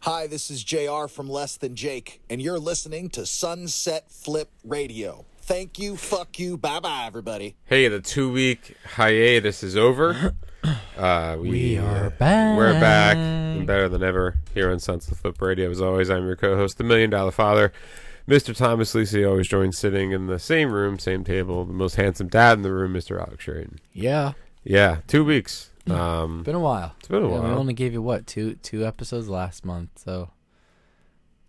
Hi, this is JR from Less Than Jake, and you're listening to Sunset Flip Radio. Thank you, fuck you, bye bye, everybody. Hey, the two week hiatus is over. Uh, we, We are back. We're back and better than ever here on Sons of Flip Radio. As always, I'm your co host, the Million Dollar Father. Mr. Thomas Lisi always joined sitting in the same room, same table, the most handsome dad in the room, Mr. Alex Sheridan. Yeah, Yeah, two weeks. Um, been a while. It's been a We while. only gave you what two two episodes last month, so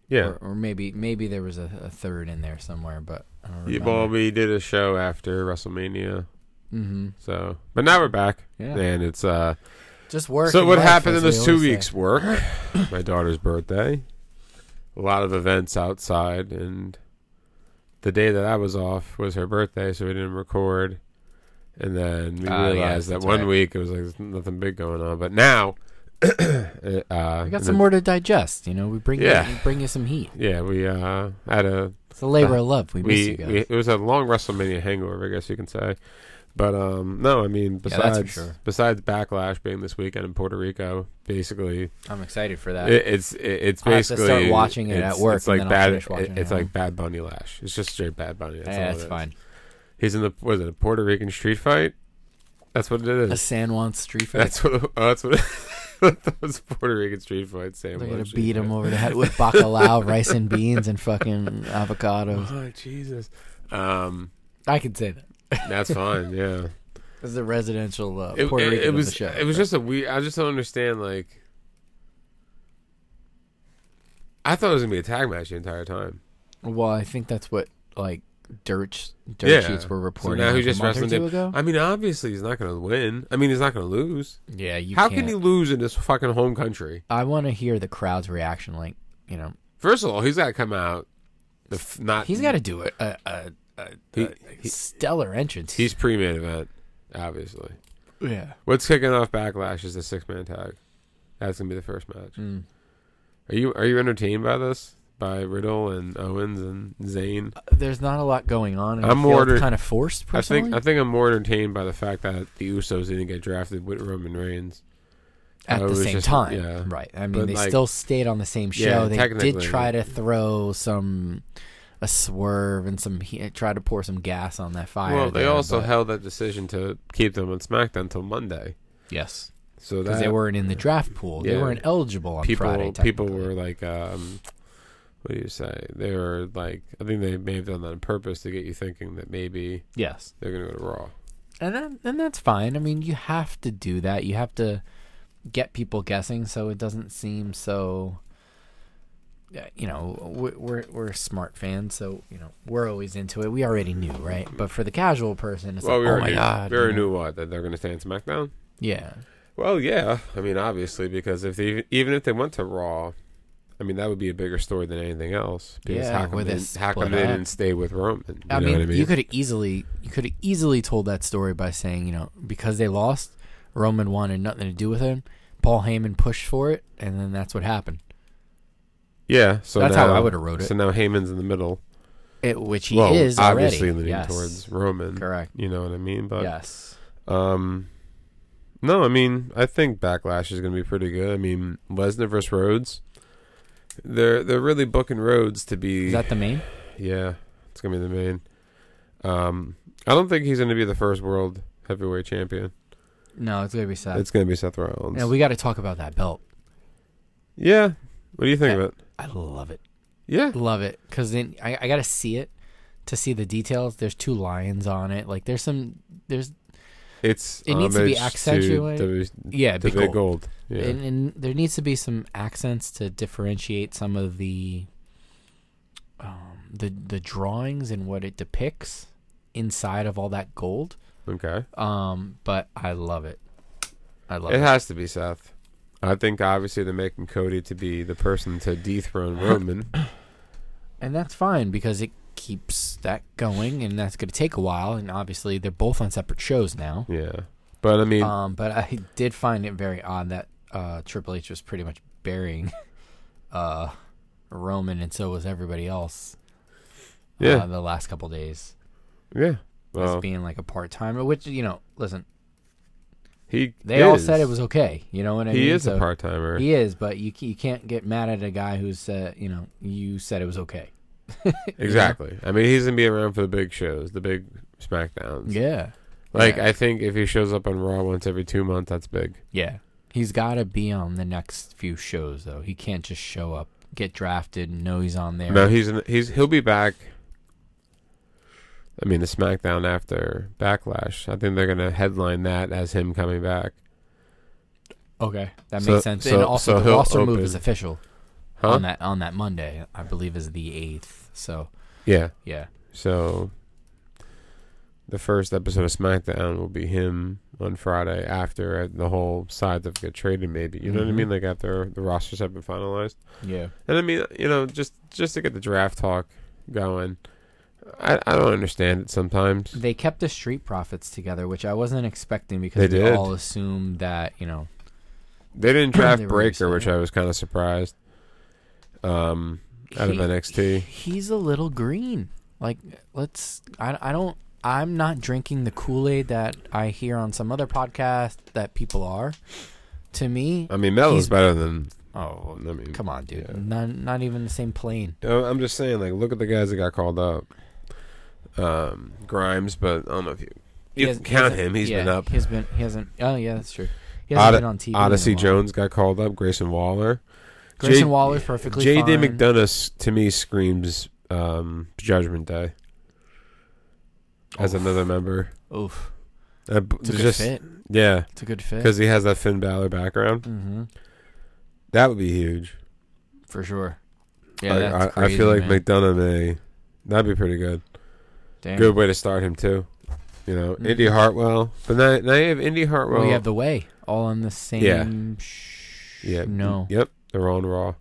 yeah. or, or maybe maybe there was a, a third in there somewhere, but I don't You, remember. well, we did a show after WrestleMania. hmm So, but now we're back. Yeah. And it's, uh, Just work. So and what life, happened as in we those two always say. weeks? Work, my daughter's birthday, a lot of events outside, and the day that I was off was her birthday, so we didn't record. And then we Ah, yes, realized that that's one right. week it was like there's nothing big going on, but now it, uh, We got and some then- more to digest. You know, we bring Yeah. you, we bring you some heat. Yeah, we uh, had a It's a labor of love. We Uh, miss we, you guys. we it was a long WrestleMania hangover, I guess you can say. But um, no, I mean Yeah, that's besides for sure. besides backlash being this weekend in Puerto Rico, basically I'm excited for that. It, it's it, it's I'll have to basically start watching it at it's- work It's and like then I'll bad. finish watching it- it it's at like home. Bad Bunny Lash. It's just straight Bad Bunny. That's, Eh, all that's it is. fine. He's in the was it a Puerto Rican street fight? That's what it A is. San Juan street fight. That's what. Oh, that's what. that was Puerto Rican street fight. Sam. They're gonna Lynch. beat him over the head with bacalao, rice and beans, and fucking avocados. Oh Jesus. Um, I could say that. that's fine. Yeah. This is a residential uh, It, Puerto it- it Rican of the was. show. It was just a weird. I just don't understand. Like, I thought it was gonna be a tag match the entire time. Well, I think that's what like dirt dirt Yeah. sheets were So reporting. now like, who a just month or wrestled two him? ago. I mean, obviously he's not gonna win. I mean, he's not gonna lose. yeah, you How can't. can he lose in his fucking home country? I want to hear the crowd's reaction. Like you know, First of all, he's got to come out. The f- not he's got to do it. A, a, a, He- a stellar entrance. he's pre-main event, obviously. yeah. What's kicking off Backlash is the six-man tag. That's gonna be the first match. Mm. Are you are you entertained by this? By Riddle and Owens and Zayn? There's not a lot going on. And I'm I'm ordered ordered- kind of forced. I Personally, think I think I'm more entertained by the fact that the Usos didn't get drafted with Roman Reigns. at I the was same just- time, yeah. right? I mean, But, they like- still stayed on the same Yeah, show. they did technically. try to throw some a swerve and some he, try to pour some gas on that fire. well, they there, also but- held that decision to keep them on SmackDown until Monday. yes. So that because they weren't in the draft pool. They Yeah. weren't eligible on people Friday. people technically. were like um what do you say they were like i think they may have done that on purpose to get you thinking that maybe yes, they're gonna go to raw and that, and that's fine. I mean, you have to do that. You have to get people guessing, so it doesn't seem so. yeah, You know, we- we're we're smart fans, so you know we're always into it. We already knew, right? But for the casual person, it's well like, we oh already my knew, god, we already you know? knew what that they're gonna stay in smackdown Yeah, well yeah i mean obviously because if they even if they went to raw i mean that would be a bigger story than anything else because Yeah, how come, with they, this how come split they up. didn't stay with roman you I know mean, what i mean you could have easily you could have easily told that story by saying, you know, because they lost, Roman wanted nothing to do with him. Paul Heyman pushed for it, and then that's what happened. yeah so that's how now- I would've wrote it. so now Heyman's in the middle It, which he well is obviously already. leaning yes. towards roman Correct. you know what i mean but yes. Um, no, I mean, I think Backlash is going to be pretty good. I mean, Lesnar versus Rhodes. They're they're really booking Rhodes to be Is that the main? yeah. It's going to be the main. Um, I don't think he's going to be the first world heavyweight champion. No, it's gonna be sad. It's going to be Seth Rollins. Yeah, we got to talk about that belt. yeah. What do you think Yeah. of it? I love it, Yeah. love it, because then I, I got to see it to see the details. There's two lions on it. Like there's some there's It's It needs to be homage accentuated. to, the- yeah to big big gold. gold. Yeah. and, and there needs to be some accents to differentiate some of the um, the the drawings and what it depicts inside of all that gold. okay. Um, but I love it. I love It it. has to be Seth. I think obviously they're making Cody to be the person to dethrone Roman. and that's fine because it keeps that going, and that's going to take a while. And obviously, they're both on separate shows now. Yeah. But I mean, Um, but I did find it very odd that uh, Triple H was pretty much burying uh, Roman, and so was everybody else. Yeah. uh, the last couple days yeah. as Well, being like a part timer, which you know, listen, He They all is. said it was okay. You know what I He mean? is So- a part timer. He is, but you ca- you can't get mad at a guy who said you know you said it was okay. Exactly. I mean, he's gonna be around for the big shows, the big Smackdowns. Yeah, Like Yeah. I think if he shows up on Raw once every two months, that's big. yeah. He's got to be on the next few shows though. He can't just show up, get drafted, and know he's on there. No, he's in, he's he'll be back. I mean, the SmackDown after Backlash, I think they're gonna headline that as him coming back. okay, that So- makes sense. so- and also, so the he'll roster move open. is official Huh? on that on that Monday. I believe is the eighth. So Yeah. yeah, So the first episode of SmackDown will be him on Friday after the whole sides have got traded. Maybe you know what I Mhm. mean? Like after the rosters have been finalized. yeah. And I mean, you know, just just to get the draft talk going, I I don't understand it sometimes. They kept the street profits together, which I wasn't expecting They because we did. all assumed that you know They didn't draft They were Breaker, saying which that. I was kind of surprised. Um, out of He- NXT. He's a little green. Like, let's. I, I don't. I'm not drinking the Kool Aid that I hear on some other podcast that people are. To me, I mean, Melo's He's- better than. oh, I mean, come on, dude. yeah. Not, not even the same plane. Uh, I'm just saying, like, look at the guys that got called up. Um, Grimes, but I don't know if you you has- can count hasn't- him. He's yeah, been up. He's been. He hasn't. Oh yeah, that's true. He hasn't Odde- been on TV. in a Odyssey while. Jones got called up. Grayson Waller. Grayson J- Waller, perfectly J.D. fine. McDonough s- to me screams um, Judgment Day as Oof. another member. Oof, Uh, b- it's a good just fit. yeah, It's a good fit. because he has that Finn Balor background. Mm-hmm. That would be huge. For sure. Yeah, Like, that's I, I feel like crazy, man. McDonough may that'd be pretty good. Damn. Good way to start him too. You know, Indy Hartwell, but now, now you have Indy Hartwell. we Mm-hmm. have the way all on the same. Sh- yeah, No. yep, they're on Raw.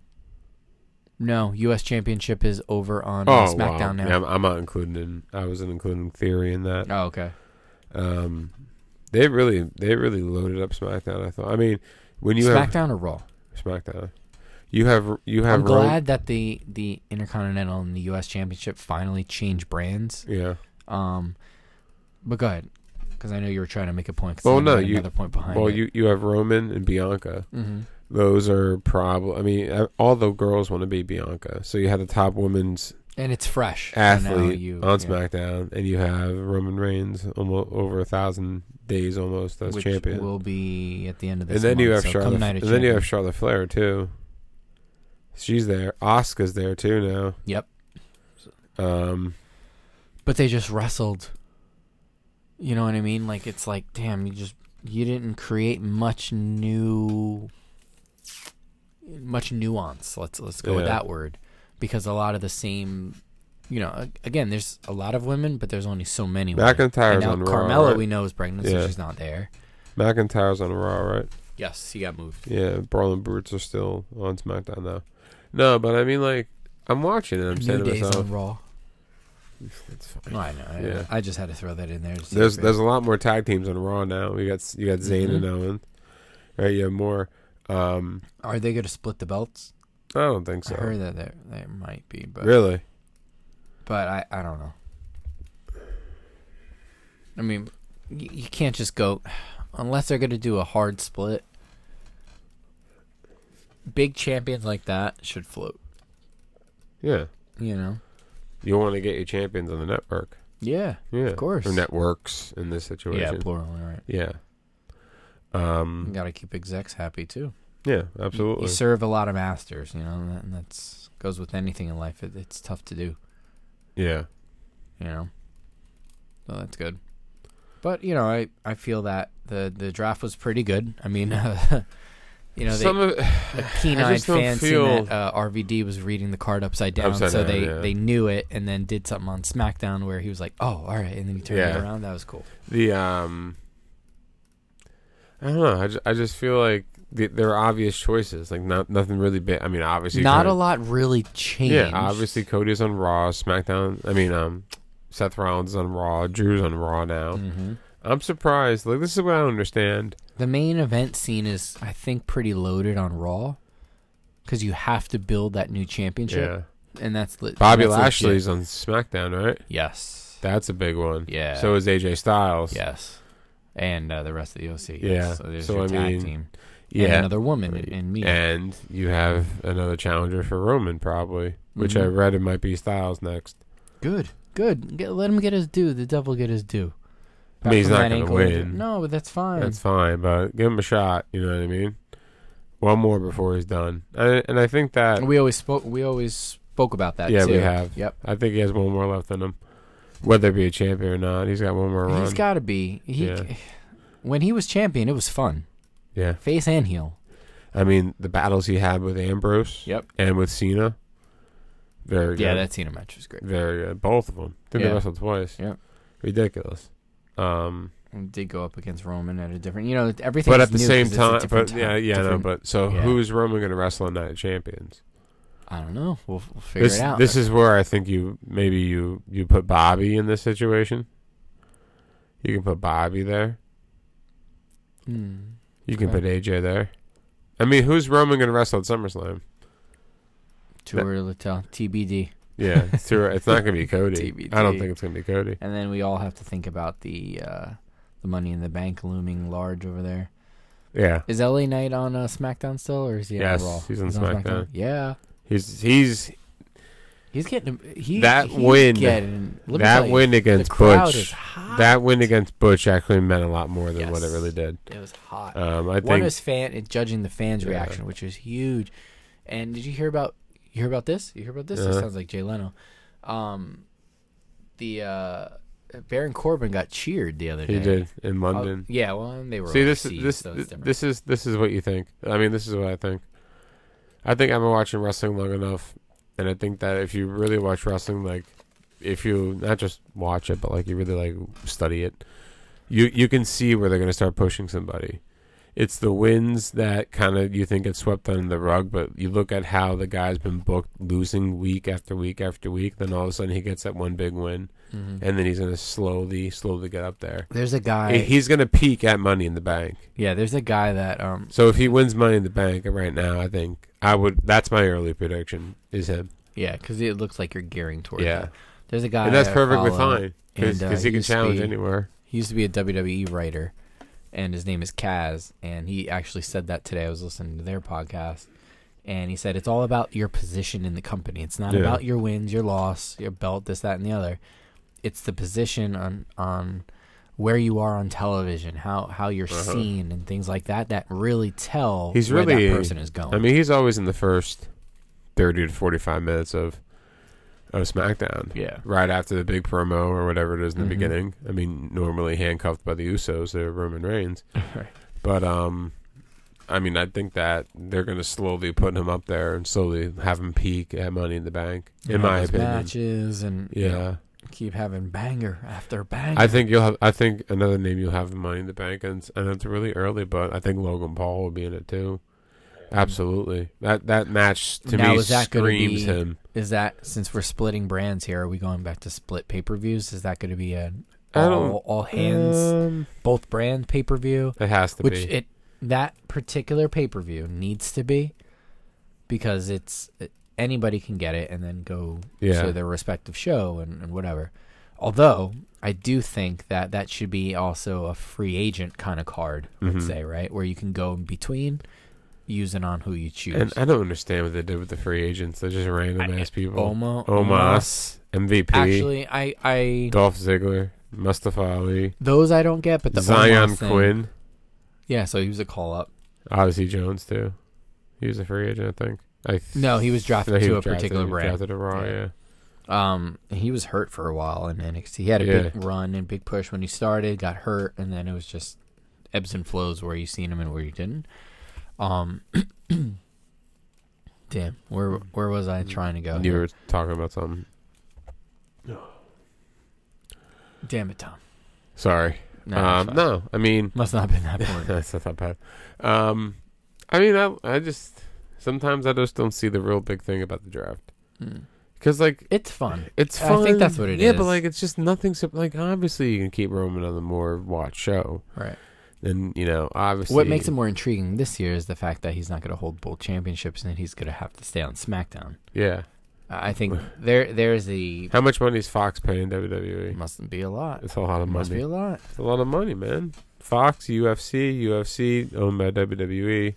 No, U.S. Championship is over on uh, Oh SmackDown wow, now. Yeah, I'm, I'm not including. In, I wasn't including Theory in that. Oh, okay. Um, they really, they really loaded up SmackDown. I thought. I mean, when you SmackDown or Raw? have SmackDown, you have you have I'm Ro- glad that the the Intercontinental and the U.S. Championship finally changed brands. Yeah. Um, but go ahead, because I know you were trying to make a point. 'cause Well, I no, had you- another point behind. Well, it. you you have Roman and Bianca. Mhm. Those are probably. I mean, uh, all the girls want to be Bianca. So you have the top women's and it's fresh. so now athlete you- on yeah. SmackDown, and you have Roman Reigns almost over a thousand days almost as which champion. will be at the end of and this. then you month, have so come Charlotte, Night and of then you have Champions. Charlotte Flair too. She's there. Oscar's there too now. Yep. Um, but they just wrestled. You know what I mean? Like it's like, damn, you just you didn't create much new, much nuance. Let's let's go with Yeah. that word, because a lot of the same, you know, a- again, there's a lot of women, but there's only so many. women. And McIntyre's now on Raw. Carmella, right? we know is pregnant, Yeah. so she's not there. McIntyre's on Raw, right? Yes, he got moved. Yeah, Brawl and Brutes are still on SmackDown now. No, but I mean, like, I'm watching it. I'm saying New to days myself, on Raw. it's fine. No, I know. I- Yeah. I, just had to throw that in there. to see There's if it- there's a lot more tag teams on Raw now. You got s- you got Zayn Mm-hmm. and Owen, right? You have more. Um, Are they going to split the belts? I don't think so. I heard that there there might be, but Really? but I, I don't know. I mean, you, you can't just go unless they're going to do a hard split. Big champions like that should float, Yeah. you know. You want to get your champions on the network. Yeah, Yeah, of course. Or networks in this yeah, situation. plural. All right, Yeah. you Um. got to keep execs happy too. Yeah. You, Absolutely. you serve a lot of masters, you know, and, that, and that's goes with anything in life. It, it's tough to do. yeah. you know. So that's good. But you know, I, I feel that the, the draft was pretty good. I mean, uh, you know, Some they, of it, the keen-eyed just don't fans feel- seen that uh, RVD was reading the card upside down, Upside so down, they, yeah. they knew it, and then did something on SmackDown where he was like, "Oh, all right," and then he turned Yeah. it around. That was cool. the um. I don't know. I just, I just feel like the, there are obvious choices. Like not nothing really big. I mean, obviously Not kinda- a lot really changed. Yeah, obviously Cody's on Raw, SmackDown. I mean, um, Seth Rollins is on Raw, Drew's on Raw now. hmm I'm surprised. Like this is what I don't understand. The main event scene is, I think, pretty loaded on Raw because you have to build that new championship, Yeah, and that's li- Bobby that's legit. Lashley's on SmackDown, right? Yes. That's a big one. Yeah. So is AJ Styles. Yes. and uh, the rest of the OC. Yeah, So there's so your I tag mean, team. Yeah. And another woman and, and me. And you have another challenger for Roman, probably, which Mm-hmm. I read it might be Styles next. Good. Good. Get, let him get his due. The devil get his due. I mean, he's Back not from that going to ankle injury- win. No, but that's fine. That's fine, but give him a shot. You know what I mean? One more before he's done, and, and I think that we always spoke. We always spoke about that. yeah, we too. have. Yep. I think he has one more left in him, whether it be a champion or not. He's got one more run. He's got to be. He, Yeah. When he was champion, it was fun, yeah, face and heel. I mean the battles he had with Ambrose, Yep. and with Cena, very Yeah, good. that Cena match was great. very good. Both of them. Did Yeah. they wrestle twice? Yep. ridiculous. Um, And did go up against Roman at a different. You know, everything. but at the same time, but yeah, yeah, no, but so yeah. who's Roman going to wrestle in Night of Champions? I don't know. We'll, we'll figure This, it out. this is where I think you maybe you you put Bobby in this situation. You can put Bobby there. Mm. You can Okay. put AJ there. I mean, who's Roman going to wrestle at SummerSlam? Too early to tell. TBD. Yeah, it's, too- it's not going to be Cody. TBT. I don't think it's going to be Cody. And then we all have to think about the uh, the Money in the Bank looming large over there. Yeah, Is LA Knight on uh, SmackDown still, or is he Yes, on Raw? he's on SmackDown. Yeah, he's he's he's getting he That he's win- Getting, let me tell that you, win against the crowd Butch. is hot. That win against Butch actually meant a lot more than what it Yes. really did. It was hot. Um, I One think was fan and judging the fans' Yeah. reaction, which was huge. And did you hear about you hear about this? You hear about this? This Uh-huh. sounds like Jay Leno. Um, the uh, Baron Corbin got cheered the other day. he did in Uh, London. yeah, well, and they were See this overseas, this so it's different. this is this is what you think. I mean, this is what I think. I think I've been watching wrestling long enough, and I think that if you really watch wrestling, like if you not just watch it, but like you really like study it, you you can see where they're gonna start pushing somebody. It's the wins that kind of you think get swept under the rug, but you look at how the guy's been booked losing week after week after week. Then all of a sudden he gets that one big win, Mm-hmm. and then he's gonna slowly, slowly get up there. There's a guy. He's gonna peak at Money in the Bank. yeah, there's a guy that um So if he wins Money in the Bank right now, I think I would. That's my early prediction is him, yeah, because it looks like you're gearing towards. Yeah. it. there's a guy, and that's I perfectly follow. fine because and, uh, he can used to challenge be- anywhere. He used to be a WWE writer, and his name is Kaz, and he actually said that today. I was listening to their podcast, and he said it's all about your position in the company. It's not Yeah. about your wins, your loss, your belt, this, that, and the other. It's the position on on where you are on television, how how you're seen, and things like that that really tell Uh-huh. He's where really that person is going. I mean, he's always in the first thirty to forty-five minutes of of SmackDown. Yeah. right after the big promo or whatever it is in Mm-hmm. the beginning. I mean, normally handcuffed by the Usos or Roman Reigns, but um. I mean, I think that they're going to slowly put him up there and slowly have him peak at Money in the Bank, in my Those opinion. matches and you know, Yeah. keep having banger after banger. I think you'll have. I think another name you'll have in Money in the Bank, and, it's- and it's really early, but I think Logan Paul will be in it too. Absolutely, that that match to Now, me is that gonna screams be- him. Is that since we're splitting brands here? Are we going back to split pay per views? Is that going to be an I don't- all, all hands Um, both brand pay per view? it has to Which be. it that particular pay per view needs to be because it's anybody can get it and then go Yeah. to their respective show and, and whatever. Although I do think that that should be also a free agent kind of card, Mm-hmm. let's say, right, where you can go in between, using on who you choose. and I don't understand what they did with the free agents. They're just random ass people. Omo- Omos, MVP, Oh Actually, I I Dolph Ziggler, Mustafa Ali, Those I don't get, but the Zion Omos thing- Quinn, Yeah, so he was a call up. Odyssey Jones too. He was a free agent, I think. I No, he was drafted No, he to was a particular drafted, Drafted brand. to Raw, Yeah. yeah. Um, he was hurt for a while in NXT. He had a big run and big push when he started, got hurt, and then it was just ebbs and flows where you seen him and where you didn't. Um, damn, where where was I trying to go? You were talking about something. Damn it, Tom. Sorry. No, um, it's fine. no, I mean must not have been that point. that's not that bad. Um, I mean, I I just sometimes I just don't see the real big thing about the draft because like Hmm. it's fun. it's I fun. think that's what it it is. yeah, but is. like it's just nothing. So, like obviously you can keep Roman on the more watched show, Right. and you know obviously What makes it more intriguing this year is the fact that he's not going to hold both championships and that he's going to have to stay on SmackDown. yeah. I think there there's the How much money is Fox paying WWE? must be a lot. It's a lot of Must be money. a lot. It's a lot of money, man. Fox, UFC, UFC owned by WWE.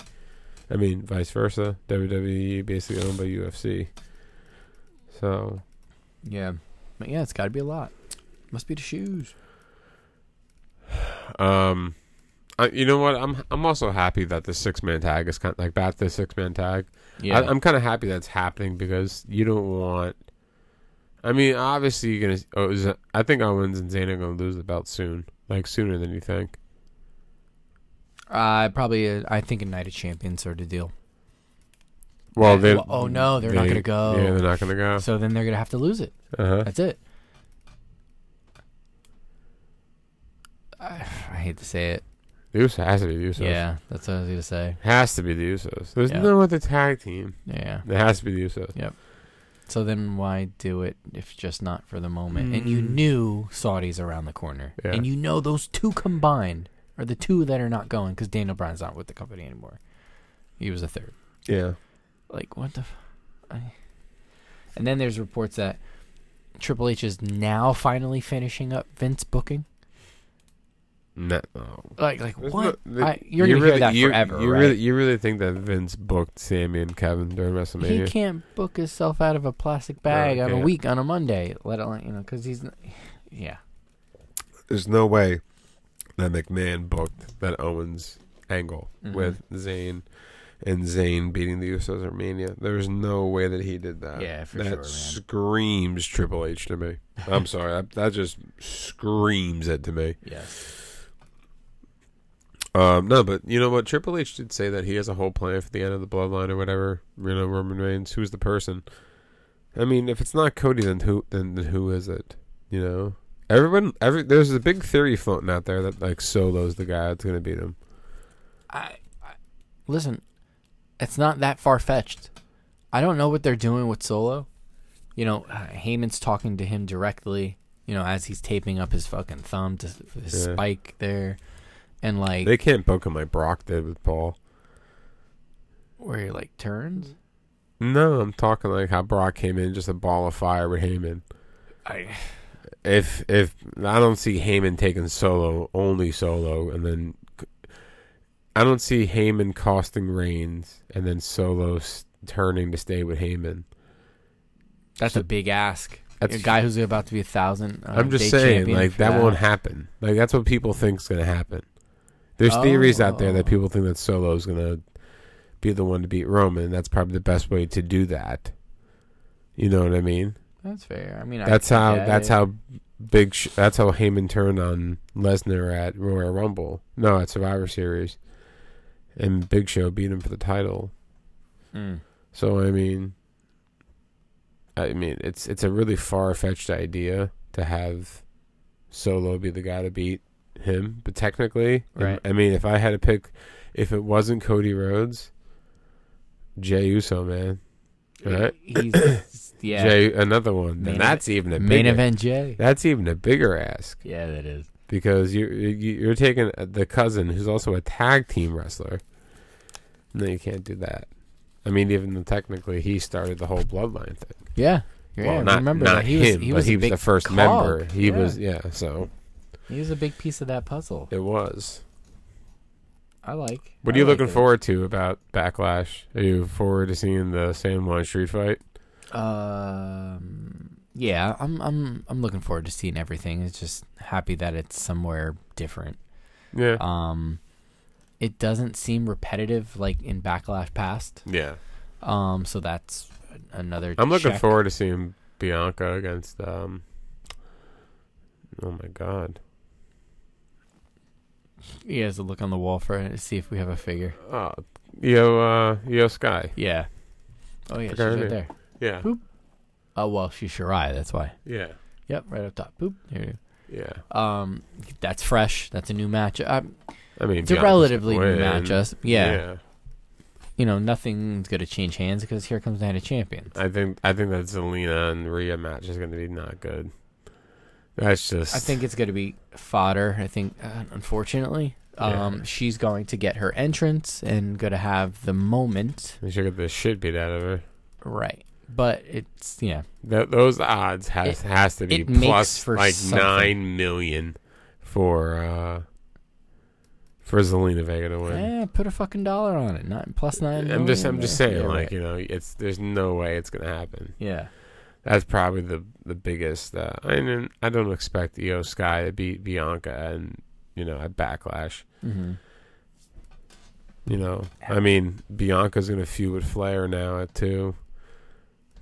I mean, vice versa. WWE basically owned by UFC. So Yeah. But yeah, it's got to be a lot. Must be the shoes. Um, I, you know what? I'm I'm also happy that the six man tag is kind of like back to the six man tag. Yeah. I, I'm kind of happy that's happening because you don't want. I mean, obviously you're gonna. Oh, is it- I think Owens and Zayn are gonna lose the belt soon, like sooner than you think. Uh, probably, uh, I think a Night of Champions sort of deal. Well, they. Well, oh, no, they're not they- gonna go. Yeah, they're not gonna go. So then they're going to have to lose it. Uh-huh. That's it. I, I hate to say it. The Usos has to be the Usos. Yeah, that's what I was going to say. Has to be the Usos. There's Yeah. no other tag team. Yeah. It has to be the Usos. So then why do it if just not for the moment? And you Mm. knew Saudi's around the corner. Yeah. And you know those two combined are the two that are not going because Daniel Bryan's not with the company anymore. He was a third. Yeah. Like, what the. F- I... And then there's reports that Triple H is now finally finishing up Vince booking. No. oh, Like, like There's what? no- the- I, you're gonna hear that you, forever, You right? really, you really think that Vince booked Sammy and Kevin during he WrestleMania? can't book himself out of a plastic bag on a can't. week on a Monday. Let alone you know because he's, n- yeah, There's no way that McMahon booked that Owens angle Mhm. with Zayn and Zayn beating the Usos at Mania. There's no way that he did that. Yeah, for that sure, man. screams Triple H to me. I'm sorry, that, that just screams it to me. yes, Um, no, but you know what? Triple H did say that he has a whole plan for the end of the bloodline or whatever. You know, Roman Reigns. Who's the person? I mean, if it's not Cody, then who? Then, then who is it? You know, everyone. Every there's a big theory floating out there that like Solo's the guy that's gonna beat him. I, I listen. It's not that far fetched. I don't know what they're doing with Solo. You know, uh, Heyman's talking to him directly. You know, as he's taping up his fucking thumb to s- his Yeah. spike there, and like They can't book him like Brock did with Paul. where he like turns. No, I'm talking like how Brock came in just a ball of fire with Heyman. I if if I don't see Heyman taking solo, only solo, and then I don't see Heyman costing Reigns and then solo s- turning to stay with Heyman. that's a big ask. That's- a guy who's about to be a thousand. Uh, I'm just day saying, champion like for that, won't happen. Like that's what people think is gonna happen. There's Oh. theories out there that people think that solo is gonna be the one to beat Roman. That's probably the best way to do that. You know what I mean? That's fair. I mean, I That's how. get That's it. how big. Sh- that's how Heyman turned on Lesnar at Royal Rumble. No, at Survivor Series, and Big Show beat him for the title. Mm. So I mean, I mean it's it's a really far fetched idea to have Solo be the guy to beat him, but technically, Right. I mean, if I had to pick, if it wasn't Cody Rhodes, Jey Uso, man, right? He's, yeah. Jey, another one. Main and that's even a Main bigger- event Jay. That's even a bigger ask Yeah, that is. because you you- you're taking the cousin who's also a tag team wrestler. No, you can't do that. I mean, even though technically he started the whole bloodline thing. Yeah. Yeah, well, I not, remember not that. He him, was, he but was, a he was big the first cog. member. He Yeah. was yeah. So He was a big piece of that puzzle. it was. I like. What I are you like looking it. forward to about Backlash? Are you forward to seeing the San Juan Street fight? Um. Yeah, I'm. I'm. I'm looking forward to seeing everything. It's just happy that it's somewhere different. Yeah. Um, it doesn't seem repetitive like in Backlash past. yeah. Um, so that's another. I'm looking check. forward to seeing Bianca against um Oh my god. He has a look on the wall for it to see if we have a figure. Oh, yo uh yo Sky. Yeah. Oh yeah, she's Forgot her right name. there. Yeah. Oh well, she's Shirai. That's why. Yeah. Yep, right up top. Boop. Here you Yeah. go. Um, that's fresh. That's a new match. Um, I mean, it's a Bianca's relatively gonna new match. win. Us, yeah. You know, nothing's gonna change hands because here comes Night of Champions. I think I think that Zelina and Rhea match is going to be not good. That's just I think it's gonna be fodder. I think, uh, unfortunately, um, Yeah. she's going to get her entrance and gonna have the moment she get the shit beat out of her. right. But it's yeah, That those odds has It- has to be it makes plus for like something. nine million for uh for Zelina Vega to win. Eh, put a fucking dollar on it. Not plus nine. I'm just, million I'm just there. saying, Yeah, like right. you know, it's there's no way it's gonna happen. yeah, That's probably the the biggest. Uh, I mean, I don't expect Io Sky to beat Bianca, and you know, at Backlash. hmm You know, I mean, Bianca's gonna feud with Flair now at two,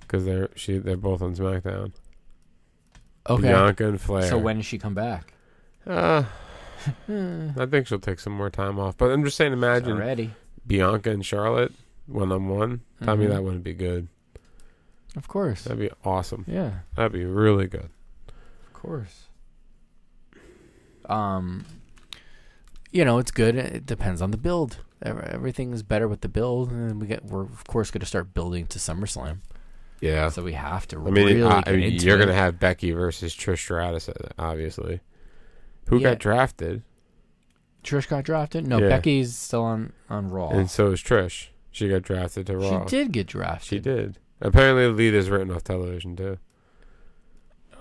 because they're she they're both on SmackDown. Okay. Bianca and Flair. So when does she come back? Uh, Hmm. I think she'll take some more time off. But I'm just saying, It's imagine already. Bianca and Charlotte one on one. I mean, Mhm. that wouldn't be good. Of course. That'd be awesome. Yeah, That'd be really good. of course. Um, you know, it's good. It depends on the build. Ev- Everything is better with the build, and then we get. We're of course going to start building to SummerSlam, Yeah. so we have to I mean, really I- I get mean, into you're it. going to have Becky versus Trish Stratus, uh, obviously. Who Yeah. got drafted, Trish got drafted. No, Yeah. Becky's still on on Raw. and so is Trish. She got drafted to She Raw. did get drafted. She did. Apparently, Lita's written off television too.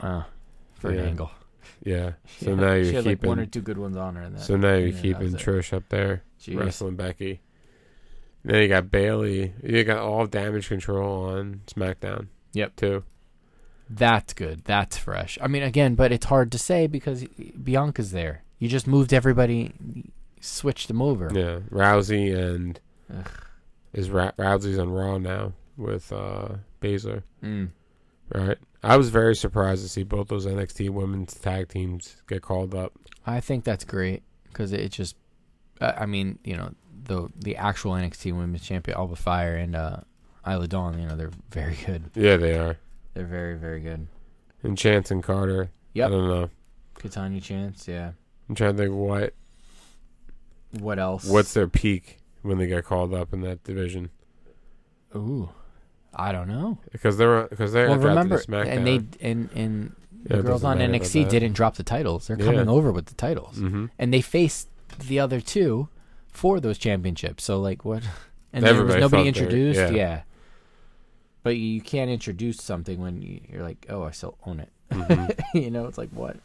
Uh, for Yeah. an angle. Yeah. So Yeah. now she you're had keeping. like one or two good ones on her. And that. so now you're yeah, that keeping was it. Trish up there Jeez. wrestling Becky. Then you got Bailey. You got all Damage Control on SmackDown. Yep. Too. That's good. That's fresh. I mean, again, but it's hard to say because Bianca's there. You just moved everybody, switched them over. Yeah. Rousey and Ugh. is Ra- Rousey's on Raw now with uh Baszler. Mm. Right. I was very surprised to see both those NXT women's tag teams get called up. I think that's great because it just, uh, I mean, you know, the the actual NXT Women's Champion Alba Fire and uh, Isla Dawn, you know, they're very good. Yeah, they are. They're very very good. And Chance and Carter. I Yep. don't know. Katanya Chance, yeah. I'm trying to think what What else? what's their peak when they got called up in that division ooh? I don't know. because they're because they well, got remember, drafted to SmackDown. and they and and Yeah, the it girls doesn't on matter NXT about that. didn't drop the titles. They're Yeah. coming over with the titles. Mhm. and they faced the other two for those championships. So like what? And there was Everybody nobody thought they were- introduced. yeah. yeah. But you can't introduce something when you- you're like, oh, I still own it. Mhm. you know, it's like what?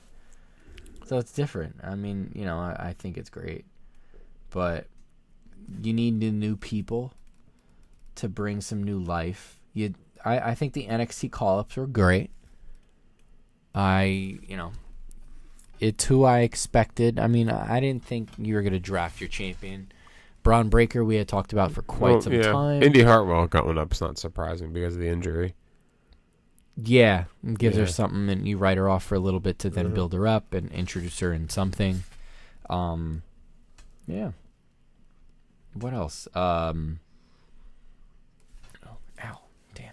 So it's different. I mean, you know, I, I think it's great, but you need the new people to bring some new life. You, I, I think the NXT call ups were great. I, you know, it's who I expected. I mean, I I didn't think you were gonna draft your champion. Braun Breaker, we had talked about for quite Well, some yeah. time. Indy Hartwell got one up. It's not surprising because of the injury. Yeah, gives her Yeah. something, and you write her off for a little bit to then build her up and introduce her in something. Um, yeah. What else? Um, oh, ow, damn.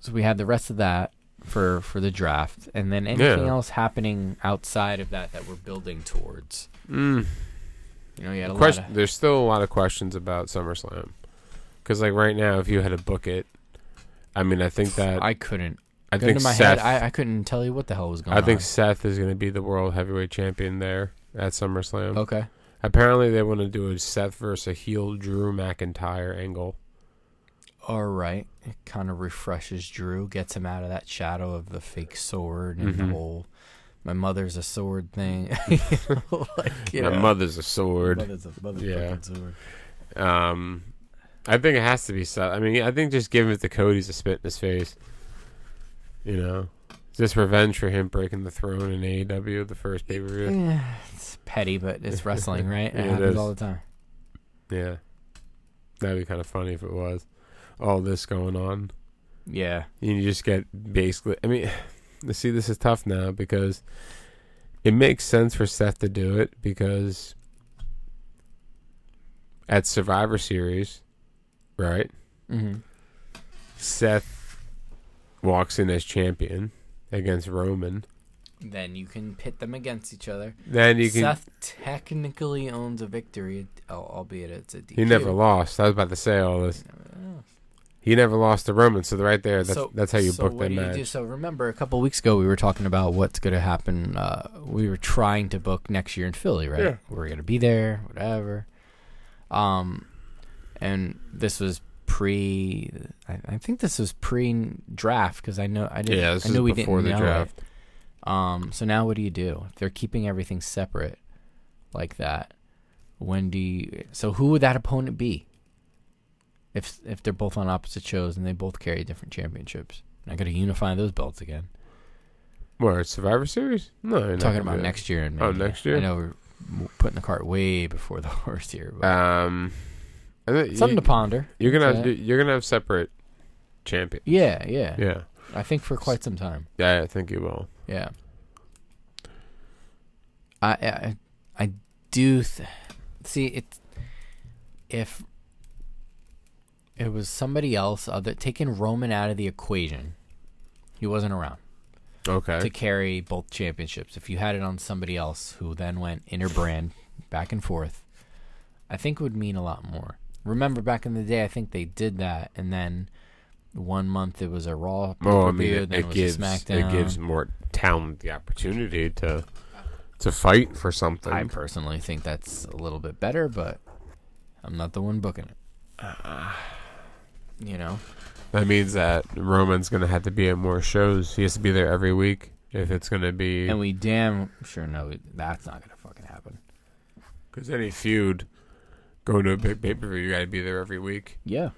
So we had the rest of that for for the draft, and then anything Yeah. else happening outside of that that we're building towards. Mm. You know, you had a Question, lot of there's still a lot of questions about SummerSlam because like right now, if you had to book it, I mean, I think that I, I couldn't. gun think to my Seth, head, I, I couldn't tell you what the hell was going I on. think Seth is going to be the world heavyweight champion there at SummerSlam. Okay. Apparently, they want to do a Seth versus a heel Drew McIntyre angle. All right. It kind of refreshes Drew, gets him out of that shadow of the fake sword and Mhm. the whole my mother's a sword thing. like, you My know, mother's a sword. mother's a motherfucking Yeah. sword. Um, I think it has to be Seth. I mean, I think just giving it to Cody's a spit in his face. You know, Is this revenge for him breaking the throne in AEW the first pay per view. Yeah, it's petty, but it's wrestling, right? It Yeah, it happens is. all the time. Yeah, that'd be kind of funny if it was all this going on. Yeah. and you just get basically. I mean, see, this is tough now because it makes sense for Seth to do it because at Survivor Series, right? Mm-hmm. Seth walks in as champion against Roman. Then you can pit them against each other. Then you can. Seth technically owns a victory, al- albeit it's a DQ. he never lost. I was about to say all this. Never- He never lost to Roman, so right there, that's that's how you so book what that do you match. do? So remember, a couple weeks ago we were talking about what's going to happen. Uh, we were trying to book next year in Philly, right? Yeah. We're going to be there, whatever. Um, and this was pre. I, I think this was pre-draft because I know I didn't. yeah, this I knew is we before the didn't know it. draft. Um, so now what do you do? If they're keeping everything separate, like that, when do you? So who would that opponent be? If if they're both on opposite shows and they both carry different championships, I got to unify those belts again. Where Survivor Series? No, you're not Talking gonna about do next year and Oh, next year? I know we're w- putting the cart way before the horse here. that. But Um, I think something you, to ponder. you're gonna have That's to it. do, you're gonna have separate champions. Yeah, yeah, Yeah, I think for quite some time. yeah, I think you will. Yeah. I I, I do th- see it. If it was somebody else other taking Roman out of the equation, he wasn't around Okay. to carry both championships. If you had it on somebody else who then went interbrand back and forth, I think it would mean a lot more. Remember back in the day, I think they did that, and then one month it was a Raw Oh, I mean, pay-per-view, it, then it was a gives SmackDown. it gives more talent the opportunity to to fight for something. I personally think that's a little bit better, but I'm not the one booking it. Ah, You know, that means that Roman's going to have to be at more shows. He has to be there every week if it's going to be and we damn sure know that's not gonna fucking happen. because any feud going to a big pay per view, you got to be there every week. Yeah.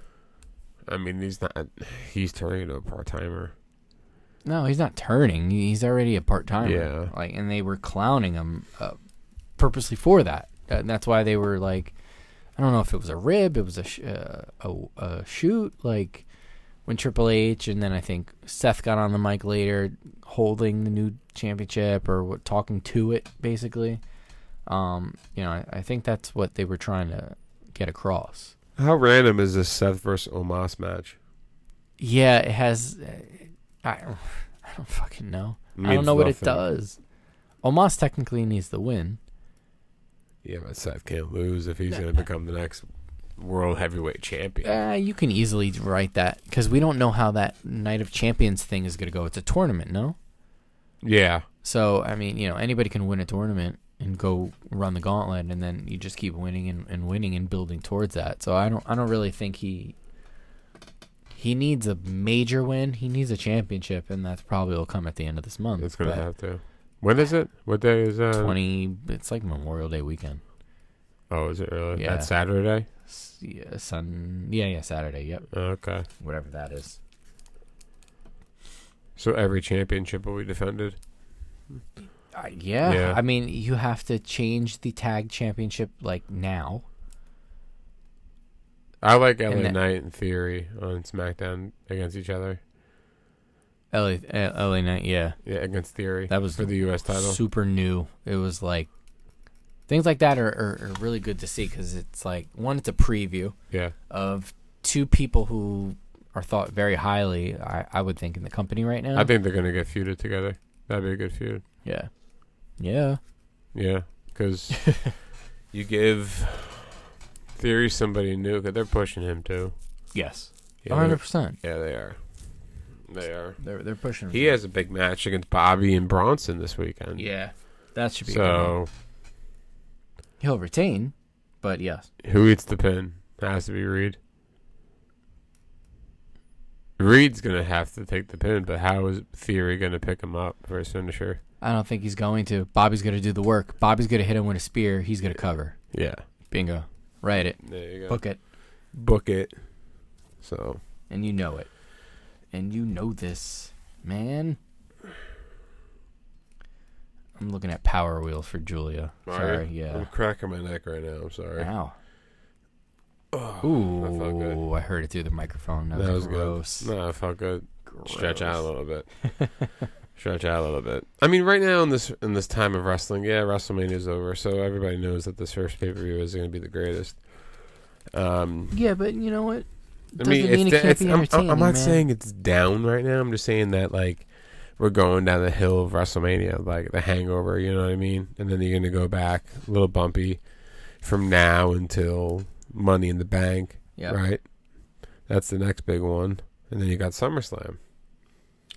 I mean, he's not. He's turning into a part timer. No, he's not turning. He's already a part timer. Yeah. Like, and they were clowning him uh, purposely for that. And that's why they were like, I don't know if it was a rib, it was a sh- uh, a, a shoot. Like when Triple H and then I think Seth got on the mic later, holding the new championship or what, talking to it basically. Um, you know, I, I think that's what they were trying to get across. How random is this Seth versus Omos match? Yeah, it has. uh, I, I don't fucking know. I Means don't know what it nothing. does. Omos technically needs the win. Yeah, but Seth can't lose if he's going to become the next world heavyweight champion. Uh, you can easily write that because we don't know how that Night of Champions thing is going to go. It's a tournament, no? yeah. So, I mean, you know, anybody can win a tournament and go run the gauntlet, and then you just keep winning and, and winning and building towards that. So, I don't, I don't really think he he needs a major win. He needs a championship, and that's probably will come at the end of this month. It's gonna but have to. When is it? What day is uh, that? twenty. It's like Memorial Day weekend. Oh, is it really? Yeah. That Saturday? S- Yeah, sun. Yeah, yeah, Saturday. Yep, Okay. whatever that is. So every championship will be defended. Uh, yeah. Yeah. I mean, you have to change the tag championship like now. I like LA And that- Knight and Theory on SmackDown against each other. LA, uh, LA Knight, yeah. Yeah, against Theory. That was for the U.S. title. Super new. It was like things like that are, are, are really good to see because it's like one, it's a preview yeah. of two people who are thought very highly. I, I would think in the company right now. I think they're gonna get feuded together. That'd be a good feud. yeah, yeah. Yeah, because you give Theory somebody new. Cause they're pushing him too. Yes, Yeah, one hundred percent. they're- yeah, they are. They are. They're they're pushing. He has a big match against Bobby and Bronson this weekend. yeah. That should be so. So He'll retain, but yes. Who eats the pin? Has to be Reed. Reed's gonna have to take the pin, but how is Theory gonna pick him up for his finisher? I don't think he's going to. Bobby's going to do the work. Bobby's going to hit him with a spear. He's going to cover. Yeah, Bingo. Write it. there you go. Book it. book it. So And you know it. And you know this, man. I'm looking at Power Wheel for Julia. Sorry, yeah. I'm cracking my neck right now. I'm Oh, sorry. Ow. that felt good. Ooh, I heard it through the microphone. That, That was was gross. good. No, I felt good. Stretch Gross. out a little bit. Stretch out a little bit. I mean, right now in this in this time of wrestling, yeah, WrestleMania's over, so everybody knows that this first pay per view is gonna be the greatest. Um, Yeah, but you know what? I Doesn't mean, it's, mean it da- can't it's- be I'm, I'm- I'm not entertaining, man. saying it's down right now. I'm just saying that like we're going down the hill of WrestleMania, like the Hangover. You know what I mean? And then you're gonna go back a little bumpy from now until Money in the Bank, Yeah. right? That's the next big one, and then you got SummerSlam.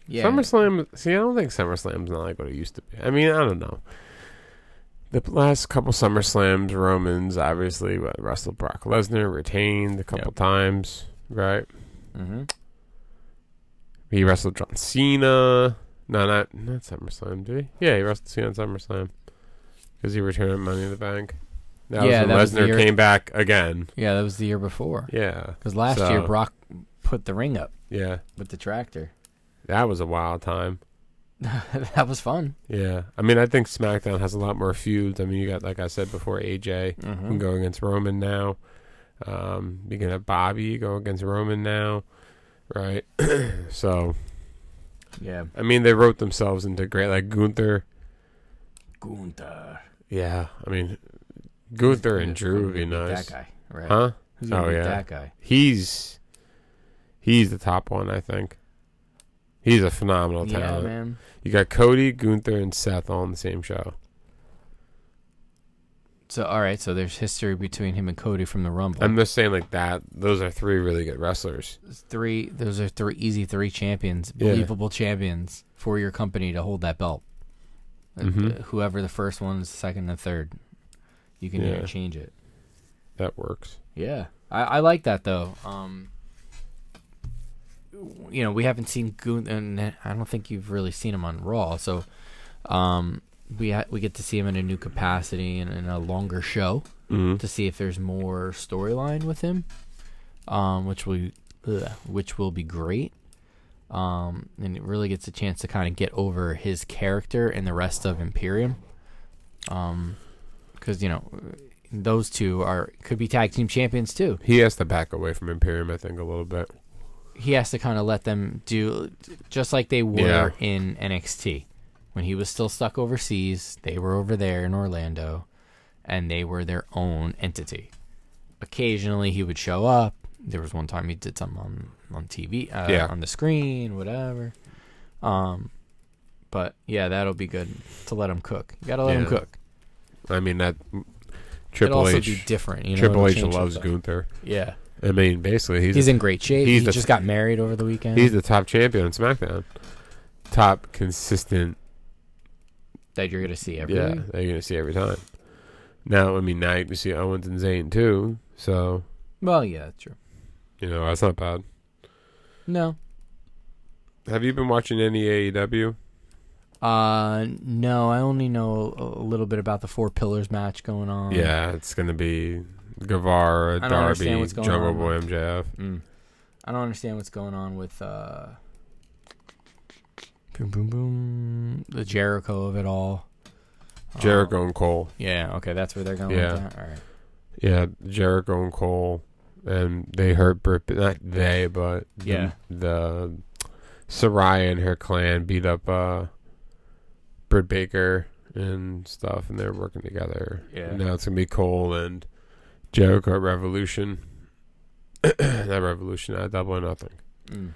Yeah. SummerSlam. See, I don't think SummerSlam's not like what it used to be. I mean, I don't know. The last couple SummerSlams, Romans obviously what, wrestled Brock Lesnar, retained a couple Yep. times, right? Mm-hmm. He wrestled John Cena. No, not not SummerSlam, did he? Yeah, he wrestled Cena at SummerSlam. 'Cause Because he returned money to the bank. That Yeah, that was was the when Lesnar year- came back again. Yeah, that was the year before. Yeah. Because last So, year Brock put the ring up Yeah. with the tractor. That was a wild time. that was fun. Yeah. I mean, I think SmackDown has a lot more feuds. I mean, you got, like I said before, AJ Mhm. can go against Roman now. Um, you can have Bobby go against Roman now. Right. so, Yeah. I mean, they wrote themselves into great, like Gunther. Gunther. Yeah. I mean, Gunther and Drew would be Who's gonna nice. That guy, right? Huh? Who's gonna Oh, beat yeah. that guy? He's he's the top one, I think. He's a phenomenal yeah, talent. man. You got Cody, Gunther, and Seth all on the same show. So all right, so there's history between him and Cody from the Rumble. I'm just saying like that. Those are three really good wrestlers. three, those are three easy three champions, Yeah. believable champions for your company to hold that belt. And, Mhm. uh, Whoever the first one is, the second and third, you can Yeah. interchange it. That works. Yeah, I, I like that though. Um, you know, we haven't seen Goon, and I don't think you've really seen him on Raw, so um, we ha- we get to see him in a new capacity and in a longer show Mm-hmm. to see if there's more storyline with him, um, which will ugh, which will be great. Um, and it really gets a chance to kind of get over his character and the rest of Imperium, because you know those two are could be tag team champions too. He has to back away from Imperium, I think, a little bit. he has to kind of let them do just like they were in NXT when he was still stuck overseas. They were over there in Orlando, and they were their own entity. Occasionally, he would show up. There was one time he did something on on TV, uh, Yeah. on the screen, whatever. Um, but yeah, that'll be good to let him cook. You gotta let him Yeah. cook. I mean that It'll Triple also be H. different. You know, Triple it'll H change loves things up. Gunther. Yeah, I mean, basically, he's he's in great shape. he's he the- just got married over the weekend. he's the top champion on SmackDown. Top consistent that you're gonna see every Yeah, week. that you're gonna see every time. Now, I mean, now you can see Owens and Zayn too. So Well, yeah, that's true. you know that's not bad. No. Have you been watching any E AEW? Uh, no, I only know a little bit about the Four Pillars match going on. yeah, it's gonna be Guevara, Uh-huh. I don't Darby, understand what's going Jungle on. Boy, MJF. Mm. I don't understand what's going on with, uh, boom, boom, boom, the Jericho of it all. Uh, Jericho and Cole. Yeah, okay, that's where they're going Yeah. with that? All right. Yeah, Jericho and Cole, and they hurt Britt. Not they, but the- Yeah. the Soraya and her clan beat up uh, Britt Baker and stuff, and they're working together. Yeah. And now it's gonna be Cole and Jericho at Revolution. That Revolution, I double or nothing. Mm.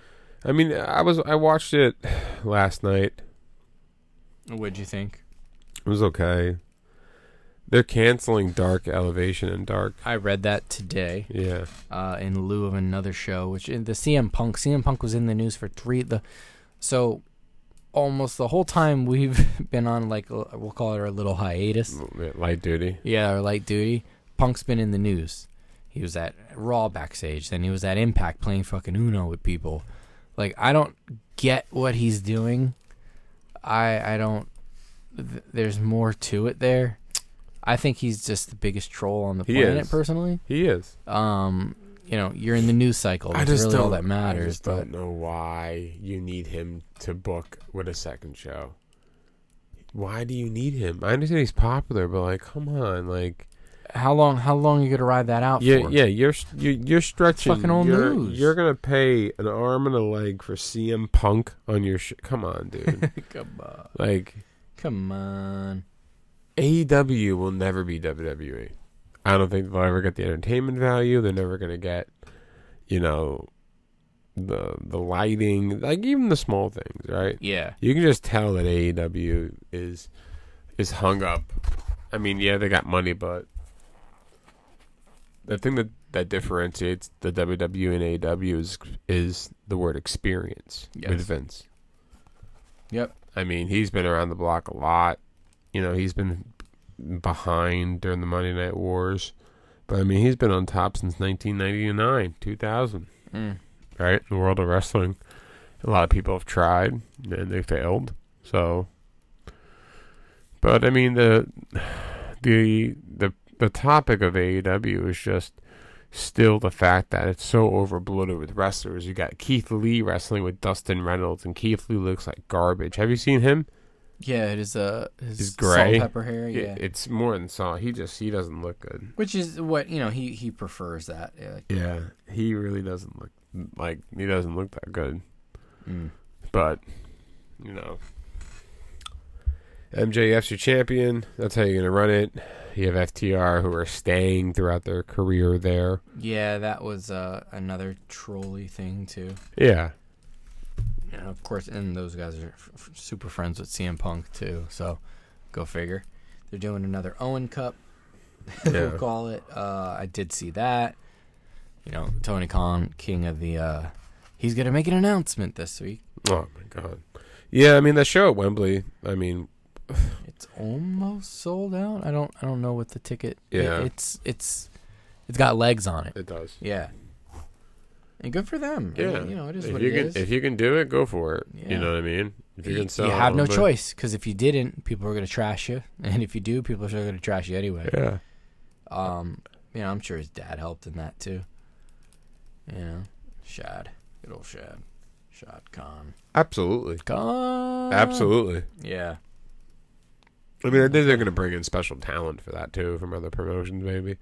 I mean, I was I watched it last night. What'd you think? It was okay. They're canceling Dark Elevation and Dark. I read that today. Yeah. uh, in lieu of another show, which in the CM Punk. CM Punk was in the news for three. The so almost the whole time we've been on like l- we'll call it our little hiatus. Light duty. Yeah, our light duty. Punk's been in the news. He was at Raw backstage, then he was at Impact playing fucking Uno with people. Like I don't get what he's doing. I I don't. Th- there's more to it there. I think he's just the biggest troll on the He planet, is. personally He is. um, you know, you're in the news cycle. That's really all that matters. I just but don't know why you need him to book with a second show. Why do you need him? I understand he's popular, but like, come on, like, how long? How long you gonna ride that out yeah, for? yeah, you're you're, you're stretching. fucking old you're, news. You're gonna pay an arm and a leg for CM Punk on your. Sh- come on, dude. come on, like uh, come on. AEW will never be WWE. I don't think they'll ever get the entertainment value. They're never gonna get, you know, the the lighting, like even the small things, right? Yeah, You can just tell that AEW is is hung up. I mean, yeah, they got money, but the thing that that differentiates the WWE and AEW is is the word experience with Yes. Vince. Yep. I mean, he's been around the block a lot. You know, he's been behind during the Monday Night Wars, but I mean, he's been on top since 1999, 2000 Mm. right? In the world of wrestling, a lot of people have tried and they failed. So, but I mean the the the the topic of AEW is just still the fact that it's so overbloated with wrestlers. You got Keith Lee wrestling with Dustin Reynolds, and Keith Lee looks like garbage. Have you seen him? Yeah, it is uh, his He's gray. salt pepper hair. Yeah, It- it's more than saw. He just he doesn't look good. which is what you know he he prefers that. uh, Yeah. Yeah, he really doesn't look like he doesn't look that good. Mm. But you know, MJF's your champion. That's how you're gonna run it. You have FTR who are staying throughout their career there. Yeah, that was uh, another trolley thing too. Yeah, And of course, and those guys are f- f- super friends with CM Punk too. So, go figure. They're doing another Owen Cup. Yeah. we'll call it. Uh, I did see that. You know, Tony Khan, king of the. Uh, he's gonna make an announcement this week. Oh my god. Yeah, I mean that show at Wembley. I mean, It's almost sold out. I don't. I don't know what the ticket. it- Yeah. it's it's it's got legs on it. it does. Yeah. And good for them. I Yeah, mean, you know, it is if what you it can, is. If you can do it, go for it. Yeah. You know what I mean? If you can sell, you it have no on the- choice because if you didn't, people are going to trash you, and if you do, people are still going to trash you anyway. Yeah, Um, you know, I'm sure his dad helped in that too. You know, Shad, good old Shad, Shad Khan, absolutely, Khan, absolutely. yeah, I mean, I think they're going to bring in special talent for that too, from other promotions. Maybe,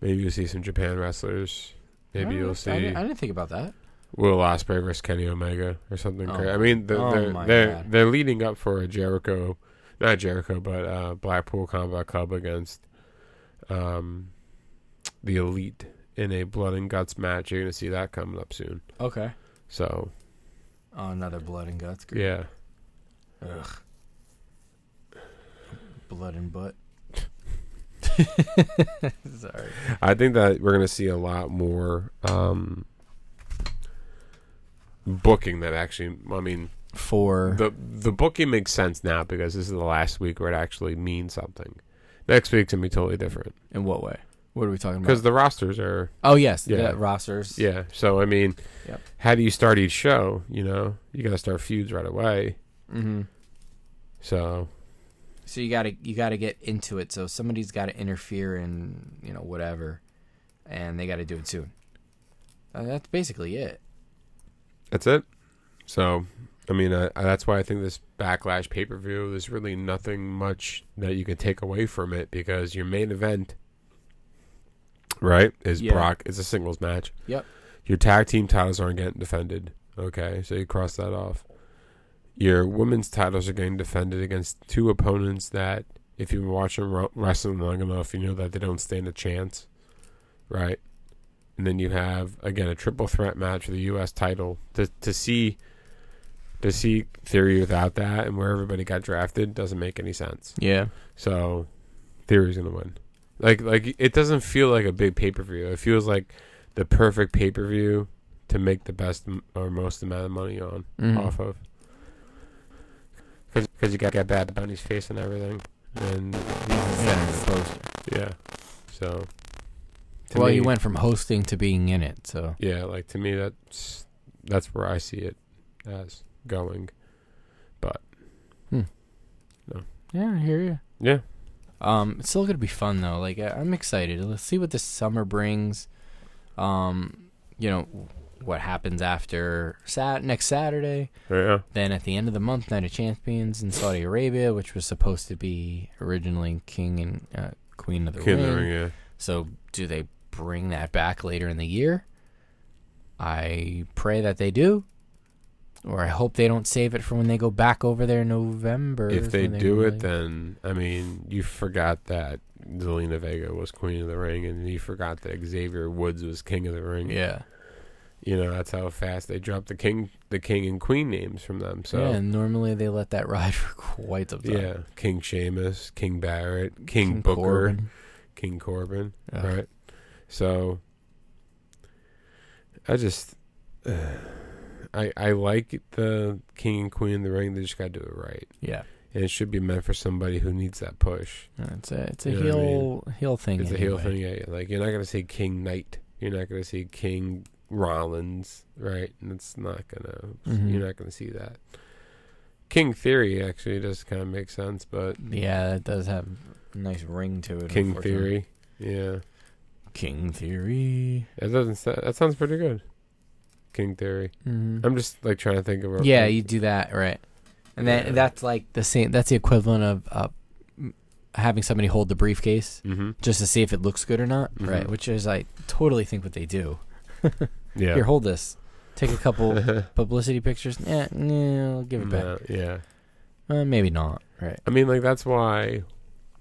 maybe you'll see some Japan wrestlers. Maybe Oh, you'll I see didn't, I didn't think about that. Will Ospreay versus Kenny Omega or something. Oh. cra- I mean, they're Oh they're, my they're, God. they're leading up for a Jericho, not Jericho, but uh, Blackpool Combat Club against um, the Elite in a Blood and Guts match. You're going to see that coming up soon. Okay. So Oh, another blood and guts. group. yeah, Ugh. Blood and butt. Sorry. I think that we're going to see a lot more um, booking that actually. I mean. Four. the the booking makes sense now because this is the last week where it actually means something. Next week's gonna be totally different in what way? What are we talking because about? the rosters are Oh yes, Yeah. the rosters. yeah. So I mean, Yep. how do you start each show? You know, you gotta start feuds right away. Mm-hmm. So So you gotta you gotta get into it. So somebody's got to interfere in you know whatever, and they got to do it soon. Uh, that's basically it. that's it. So I mean, uh, that's why I think this backlash pay per view. There's really nothing much that you can take away from it because your main event, right, is Yeah. Brock. It's a singles match. Yep. Your tag team titles aren't getting defended. Okay, so you cross that off. Your women's titles are getting defended against two opponents that, if you've been watching ro- wrestling long enough, you know that they don't stand a chance, right? And then you have again a triple threat match for the U.S. title to to see to see theory without that and where everybody got drafted doesn't make any sense. Yeah. So Theory's gonna win. Like like it doesn't feel like a big pay per view. It feels like the perfect pay per view to make the best m- or most amount of money on Mm-hmm. off of. Because you got got Bad Bunny's face and everything, and yeah, so. to Well, me- you went from hosting to being in it. So Yeah, like to me, that's that's where I see it as going. But yeah, I hear you. yeah, Um, it's still gonna be fun though. Like I- I'm excited. Let's see what this summer brings. Um, you know what happens after sat next Saturday. yeah, Then at the end of the month, Night of Champions in Saudi Arabia, which was supposed to be originally King and uh, Queen of the King of Ring. the Ring, yeah. So do they bring that back later in the year? I pray that they do. Or I hope they don't save it for when they go back over there in November. if is they when they're do gonna, it, like- then I mean, you forgot that Zelina Vega was Queen of the Ring, and you forgot that Xavier Woods was King of the Ring. yeah, you know that's how fast they dropped the king, the king and queen names from them. So yeah. yeah, And normally they let that ride for quite some time. King Sheamus, King Barrett, King, King Booker, Corbin. King Corbin, Ugh. right? So I just. I, I like the king and queen of the ring. They just got to do it right, Yeah, and it should be meant for somebody who needs that push. it's a it's a You know what I heel heel thing. It's a heel anyway. thing, yeah. yeah. Like you're not gonna see King Knight, you're not gonna see King Rollins, right? And it's not gonna, Mhm. you're not gonna see that. King Theory actually does kind of make sense, but Yeah, that does have a nice ring to it. King unfortunately. Theory, yeah, King Theory. that doesn't sa- that sounds pretty good. King Theory. Mhm. I'm just like trying to think of. a- Yeah, you do that right, and then Yeah. that's like the same. That's the equivalent of uh, m- having somebody hold the briefcase Mhm. just to see if it looks good or not, Mhm. right? Which is I totally think what they do. Yeah. Here, hold this. Take a couple publicity pictures. Yeah, yeah, I'll give it back. No, yeah. Uh, maybe not. Right. I mean, like that's why,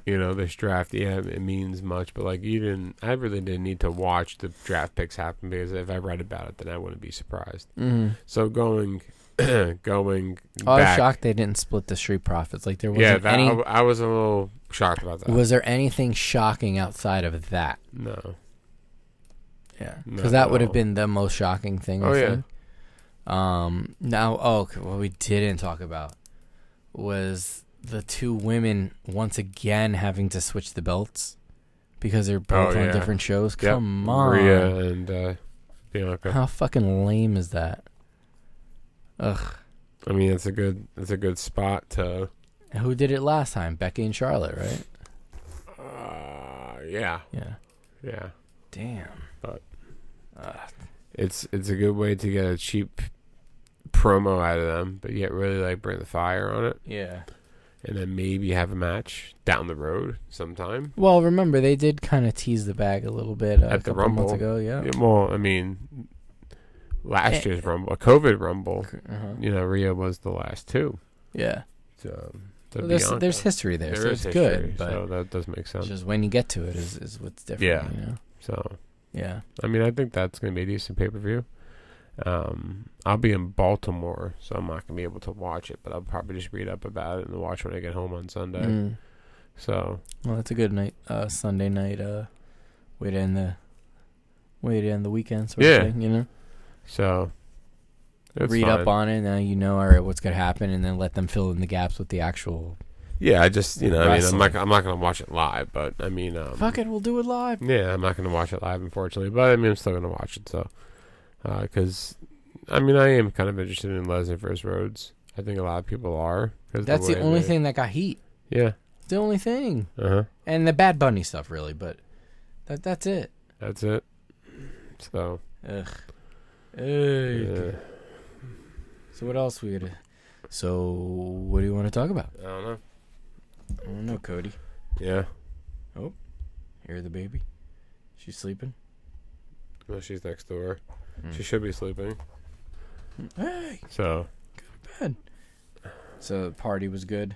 you know, this draft. Yeah, it means much, but like you didn't. I really didn't need to watch the draft picks happen because if I read about it, then I wouldn't be surprised. Mm. So going, going. Oh, I was Mm-hmm. back- shocked they didn't split the street profits. Like there wasn't Yeah, that, any. I, I was a little shocked about that. was there anything shocking outside of that? no. Yeah, Not because that at would have all. been the most shocking thing. Oh, I yeah. think. Um. Now, oh, c- what we didn't talk about was the two women once again having to switch the belts because they're both Oh, on yeah. different shows. Yep, Come on, Rhea and uh, Bianca. how fucking lame is that? Ugh. I mean, it's a good it's a good spot to. And Who did it last time? Becky and Charlotte, right? Uh, yeah, Yeah. yeah. Damn. But- Ugh. It's it's a good way to get a cheap promo out of them, but yet really like bring the fire on it, yeah. and then maybe have a match down the road sometime. Well, remember they did kind of tease the bag a little bit uh, At a the couple months Rumble. ago. Yeah. Yeah, Well, I mean, last Eh. year's rumble, a COVID rumble. Uh-huh. You know, Rhea was the last two. Yeah. So, Well, there's, there's history there, so it's good. But so that does make sense. just when you get to it is, is what's different. Yeah. You know? so Yeah. I mean, I think that's going to be a decent pay per view. Um, I'll be in Baltimore, so I'm not going to be able to watch it, but I'll probably just read up about it and watch when I get home on Sunday. Mm. So, Well, that's a good night. Uh, Sunday night. Uh, way to end the way to end the weekend. Sort Yeah. Of thing, you know. so it's Read up fine. on it. Now you know. All right, what's gonna happen, and then let them fill in the gaps with the actual. Yeah, I just you know, I mean, I'm Wrestling. not I'm not going to watch it live, but I mean, um, Fuck it, we'll do it live. Yeah, I'm not going to watch it live, unfortunately, but I mean, I'm still going to watch it. So, because I mean, I am kind of interested in Lesnar versus Rhodes. I think a lot of people are. 'cause That's the way only they- thing that got heat. Yeah. The only thing, Uh huh. and the Bad Bunny stuff, really. But that that's it. That's it. So. Ugh. Ugh. yeah. So what else we gonna? So what do you want to talk about? I don't know. I don't know, Cody. Yeah. Hear the baby? She's sleeping. Well, she's next door. Mm. She should be sleeping. Hey, So. bad. So the party was good.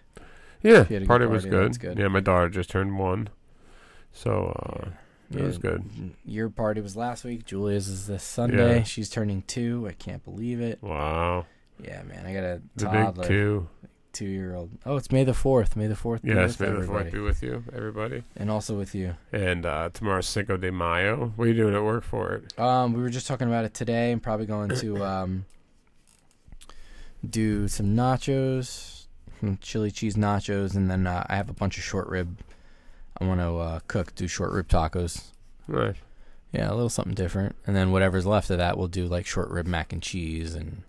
Yeah. She had a Party, good was party, good. that's good. Yeah, my daughter just turned one. So, uh, it Yeah. was good. Your party was last week. Julia's is this Sunday. Yeah. She's turning two. I can't believe it. Wow. Yeah, man. I got a The big toddler, two. two year old. Oh, it's May the fourth. May the fourth. be Yes, with may the everybody. fourth be with you, everybody. And also with you. And uh, tomorrow's Cinco de Mayo. What are you doing at work for it? Um, we were just talking about it today. I'm probably going to um, do some nachos, some chili cheese nachos, and then uh, I have a bunch of short rib. I want to uh, cook, do short rib tacos. Nice. Yeah, a little something different. And then whatever's left of that, we'll do like short rib mac and cheese, and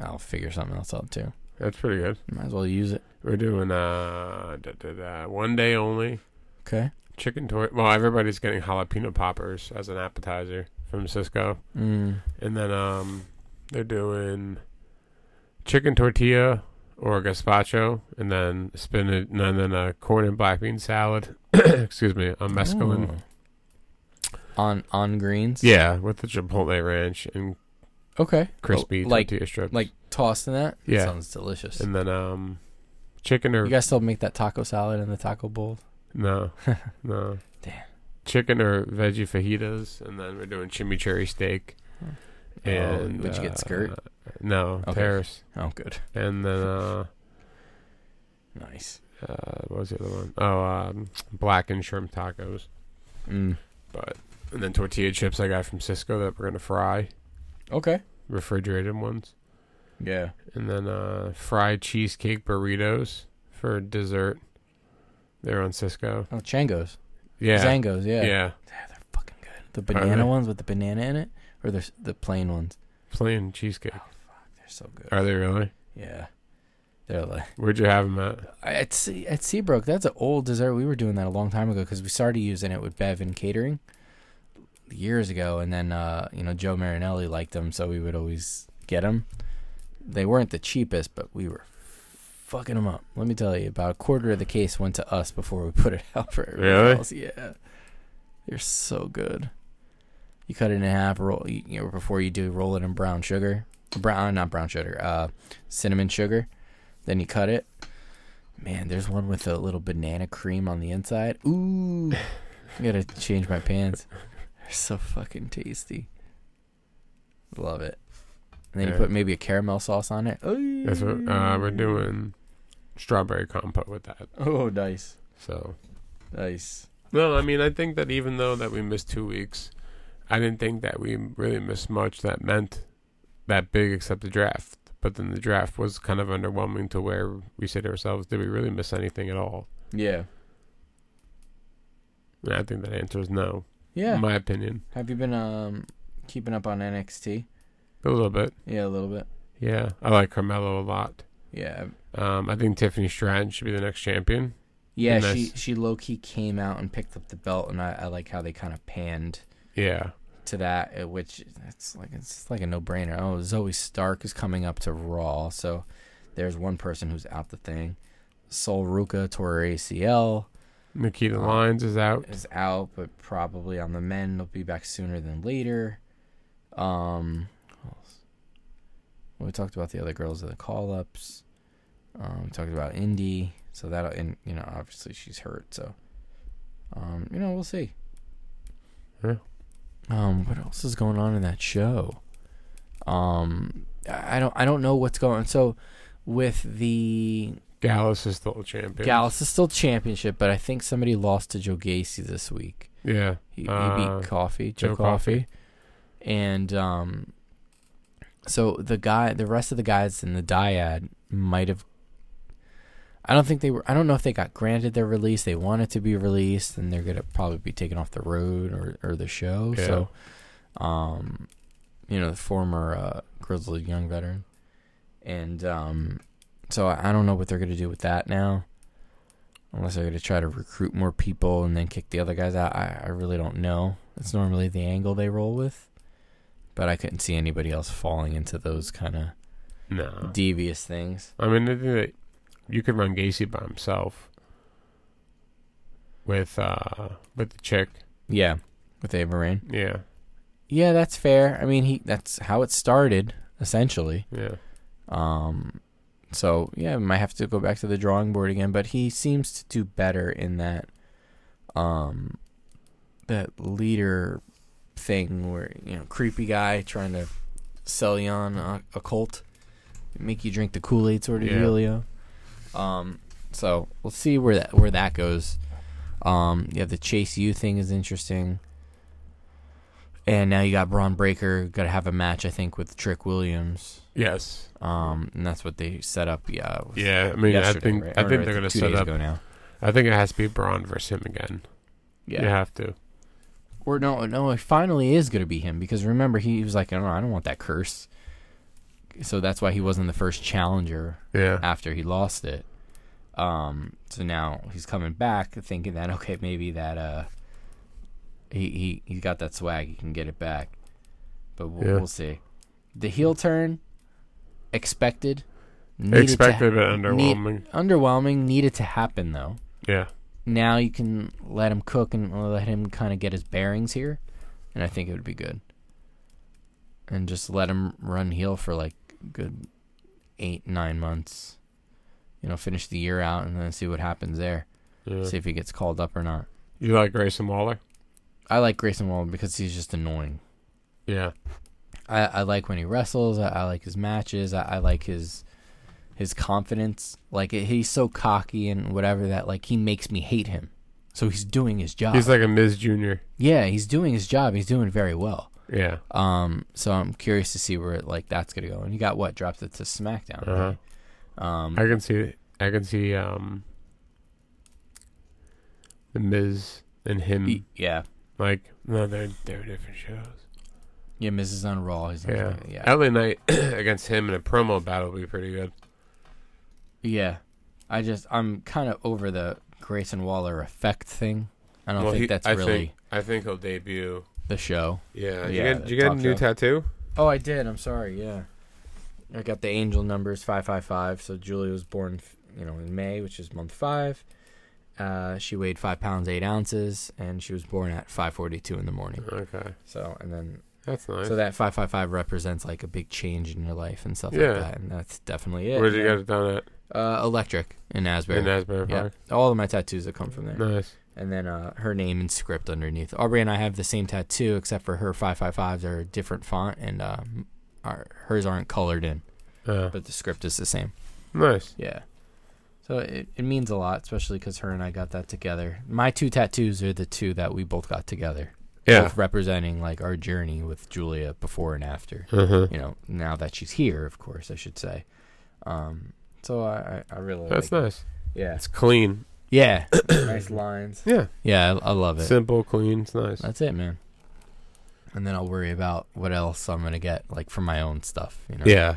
I'll figure something else out too. That's pretty good. Might as well use it. We're doing uh, da, da, da, one day only Okay. chicken toy. Well, everybody's getting jalapeno poppers as an appetizer from Cisco. Mm. And then um, they're doing chicken tortilla or gazpacho, and then spinach, and then a corn and black bean salad. Excuse me, a mescaline. Oh. Ooh. Oh. On on greens. Yeah, with the chipotle ranch and Okay. crispy Oh, like tortilla strips. like tossing that. Yeah. sounds delicious. and then um, chicken or You guys still make that taco salad in the taco bowl? no, no, Damn. chicken or veggie fajitas, and then we're doing chimichurri steak. Oh, And would you get uh, skirt? No, Okay. terrace. Oh, good. And then uh, Nice. uh, what was the other one? Oh, um, black and shrimp tacos. Mm. But and then tortilla chips I got from Cisco that we're gonna fry, Okay. refrigerated ones, Yeah. and then uh, fried cheesecake burritos for dessert. They're on Cisco. Oh, Changos. Yeah, Zangos. Yeah. yeah. Yeah, they're fucking good. The Are banana they? ones with the banana in it, or the the plain ones. Plain cheesecake. They're so good. Are they really? Yeah. They're like, Where'd you have him at? at Se- at Seabrook, that's an old dessert. We were doing that a long time ago because we started using it with Bev and catering years ago, and then uh, you know Joe Marinelli liked them, so we would always get them. They weren't the cheapest, but we were fucking them up. Let me tell you, about a quarter of the case went to us before we put it out for everyone Really? else. Yeah, they're so good. You cut it in half, roll you you know, before you do, roll it in brown sugar, brown not brown sugar, uh, cinnamon sugar. Then you cut it. Man, there's one with a little banana cream on the inside. Ooh, I gotta change my pants. They're so fucking tasty. Love it. And then you Yeah. put maybe a caramel sauce on it. Ooh. That's what uh, Mm. we're doing. Strawberry compote with that. Oh, nice, So nice. no, I mean I think that even though that we missed two weeks, I didn't think that we really missed much that meant that big except the draft. But then the draft was kind of underwhelming to where we said to ourselves, did we really miss anything at all? Yeah, And I think that answer is no. yeah. In my opinion, Have you been um keeping up on NXT? a little bit. Yeah, a little bit. Yeah, I like Carmelo a lot. Yeah, Um, I think Tiffany Stratton should be the next champion. yeah. Nice. She she low key came out and picked up the belt, and I, I like how they kind of panned Yeah, to that, uh, which it's like it's like a no brainer. Oh, Zoe Stark is coming up to Raw, so there's one person who's out the thing. Sol Ruka tore her ACL Nikita Lyons is out. is out, but probably on the men. They'll be back sooner than later. Um, what else? Well, we talked about the other girls in the call ups. Um, we talked about Indy, so that'll and you know obviously she's hurt, so um, you know we'll see. Yeah. Um, what else is going on in that show? Um, I I don't I don't know what's going. So with the Gallus is still a champion. Gallus is still championship, but I think somebody lost to Joe Gacy this week. Yeah. He, he Uh, beat Coffee, Joe, Joe Coffee. Coffey. And um, so the guy, the rest of the guys in the dyad might have. I don't think they were. I don't know if they got granted their release. They wanted to be released, and they're gonna probably be taken off the road or, or the show. So, um, you know, the former uh, grizzled young veteran, and um, so I, I don't know what they're gonna do with that now unless they're going to try to recruit more people and then kick the other guys out. I, I really don't know. That's normally the angle they roll with. But I couldn't see anybody else falling into those kind of No. devious things. I mean, I think that you could run Gacy by himself with uh with the chick. Yeah, with Ava Rain. Yeah. Yeah, that's fair. I mean, he that's how it started essentially. Yeah. Um, so yeah, might have to go back to the drawing board again. But he seems to do better in that, um, that leader thing where you know creepy guy trying to sell you on a, a cult, make you drink the Kool Aid sort of Yeah. dealio. Um, so we'll see where that where that goes. Um, yeah, the Chase U thing is interesting. And now you got Braun Breaker. Got to have a match, I think, with Trick Williams. Yes. Um, and that's what they set up. Yeah. with- Yeah. I mean, yesterday, I think right? I Or think they're gonna two set days up. ago now. I think it has to be Braun versus him again. Yeah. Uh, You have to. Or no, no, it finally is gonna be him because remember he was like, no, I don't want that curse. So that's why he wasn't the first challenger Yeah. after he lost it. Um, so now he's coming back, thinking that okay, maybe that uh, he he he's got that swag, he can get it back. But we'll, Yeah. we'll see. The heel turn expected, needed to ha- Expected but need- underwhelming. underwhelming needed to happen though. Yeah. now you can let him cook and let him kind of get his bearings here, and I think it would be good. And just let him run heel for like a good eight nine months, you know, finish the year out and then see what happens there. yeah. See if he gets called up or not. You like Grayson Waller? I like Grayson Waller because he's just annoying. Yeah. I, I like when he wrestles. I, I like his matches. I, I like his his confidence. Like he's so cocky and whatever that like he makes me hate him. So he's doing his job. He's like a Miz Junior. Yeah, he's doing his job. He's doing very well. Yeah. Um, so I'm curious to see where like that's gonna go. And he got what dropped it to SmackDown. Uh-huh. right? Um, I can see. I can see. Um. The Miz and him. he- yeah, Like no, they're they're different shows. yeah. Miz is on Raw. He's on Yeah, SmackDown. yeah, LA Knight against him in a promo battle would be pretty good. Yeah, I just I'm kind of over the Grayson Waller effect thing. I don't think he- that's I really Think, I think he'll debut. the show. Yeah. Yeah, you get, the did you get a talk new show. tattoo? Oh, I did. I'm sorry. Yeah, I got the angel numbers five five five. So Julia was born, you know, in May, which is month five. Uh, she weighed five pounds eight ounces, and she was born at five forty two in the morning. Okay. So, and then That's nice. so that five five five represents like a big change in your life and stuff Yeah. like that, and that's definitely it. Where did you And get it done at? then, Uh, electric in Asbury. In Asbury yeah, Park. all of my tattoos that come from there, Nice. and then uh, her name and script underneath. Aubrey and I have the same tattoo, except for her five five fives are a different font, and uh, our, hers aren't colored in Yeah. but the script is the same. Oh, Nice. Yeah. So it, it means a lot, especially because her and I got that together. My two tattoos are the two that we both got together. Yeah. Both representing like our journey with Julia before and after. Uh-huh. You know, now that she's here, of course, I should say. Um, so I, I I really That's like nice. it. Yeah. It's clean. Yeah. nice lines. Yeah. Yeah, I, I love it. Simple, clean. It's nice. That's it, man. And then I'll worry about what else I'm going to get, like for my own stuff. You know? Yeah.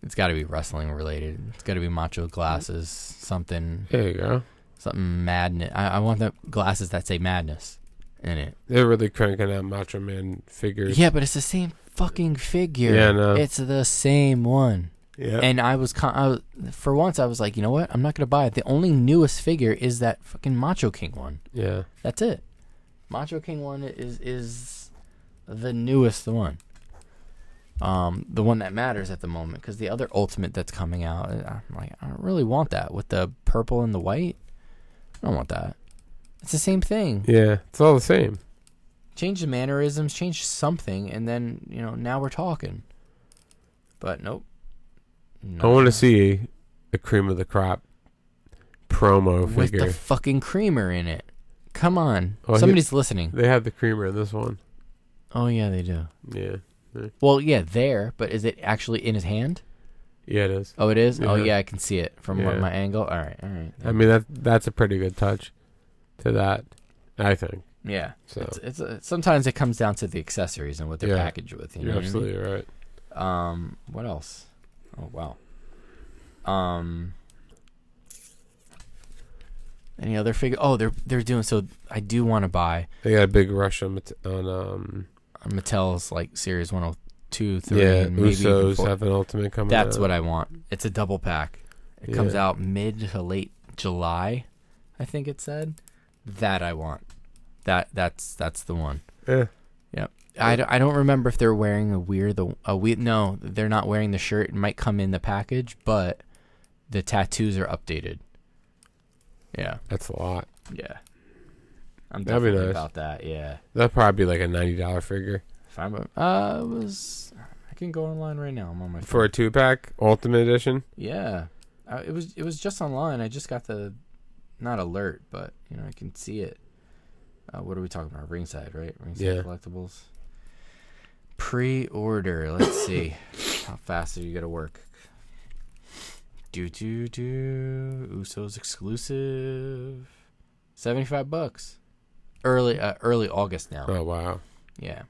It's got to be wrestling related. It's got to be macho glasses, something There you go. something madness. I, I want the glasses that say madness in it. They're really cranking out Macho Man figures. Yeah, but it's the same fucking figure. Yeah, I know. It's the same one. Yeah. And I was, con- I was, for once, I was like, you know what? I'm not gonna buy it. The only newest figure is that fucking Macho King one. yeah. That's it. Macho King one is is the newest one. Um, the one that matters at the moment, because the other Ultimate that's coming out, uh, I'm like, I don't really want that with the purple and the white. I don't want that. It's the same thing. Yeah. It's all the same. change the mannerisms, change something, and then you know now we're talking. But nope. I want to see a cream of the crop promo with figure. the fucking creamer in it. Come on, Oh, he- somebody's listening. they have the creamer in this one. Oh yeah, they do. Yeah. Well, yeah, there, but is it actually in his hand? Yeah, it is. Oh, it is. Oh Yeah. yeah, I can see it from my- Yeah. my angle. All right, all right. I mean, that that's a pretty good touch to that, I think. yeah, So it's, it's uh, sometimes it comes down to the accessories and what they're Yeah. packaged with. You know you're what I mean? absolutely right. Um, what else? Oh wow. Um, any other figure? Oh, they're they're doing so. I do want to buy They got a big rush on, Mat- on um, Mattel's like Series 102, 3, yeah, and maybe even Usos four. have an ultimate coming. That's out. what I want. It's a double pack. It comes Yeah. out mid to late July, I think it said. That I want. That that's that's the one. Yeah. Yep. I, d- I don't remember if they're wearing a weird the a we no they're not wearing the shirt it might come in the package but the tattoos are updated. Yeah. That's a lot. Yeah. I'm That'd be definitely nice. about that. Yeah. That'd probably be like a ninety dollar figure If I'm a, uh it was I can go online right now. I'm on my for a two pack ultimate edition. Yeah, uh, it was it was just online. I just got the not alert, but you know I can see it. Uh, what are we talking about? Ringside, right? Ringside Yeah. collectibles. Pre-order. Let's see how fast are you gonna work. Do do do. Usos exclusive. Seventy-five bucks. Early uh, early August now. Oh wow. Yeah.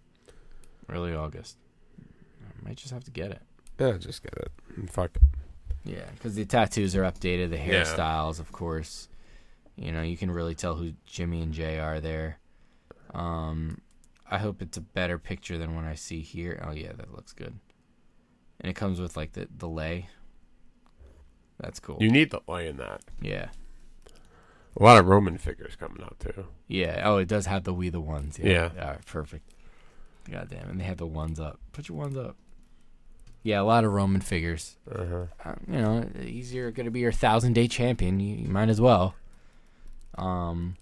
Early August. I might just have to get it. Yeah, just get it. Fuck. Yeah, because the tattoos are updated, the Yeah. hairstyles, of course. You know, you can really tell who Jimmy and Jay are there. Um, I hope it's a better picture than what I see here. Oh yeah, that looks good. And it comes with like the delay. That's cool. You need the lay in that. yeah, A lot of Roman figures coming out too. yeah. Oh, it does have the we the ones. Yeah. Yeah. All right, perfect. God damn, and they have the ones up. Put your ones up. Yeah, a lot of Roman figures. Uh huh. um, you know, he's your going to be your thousand day champion. You, you might as well. Um,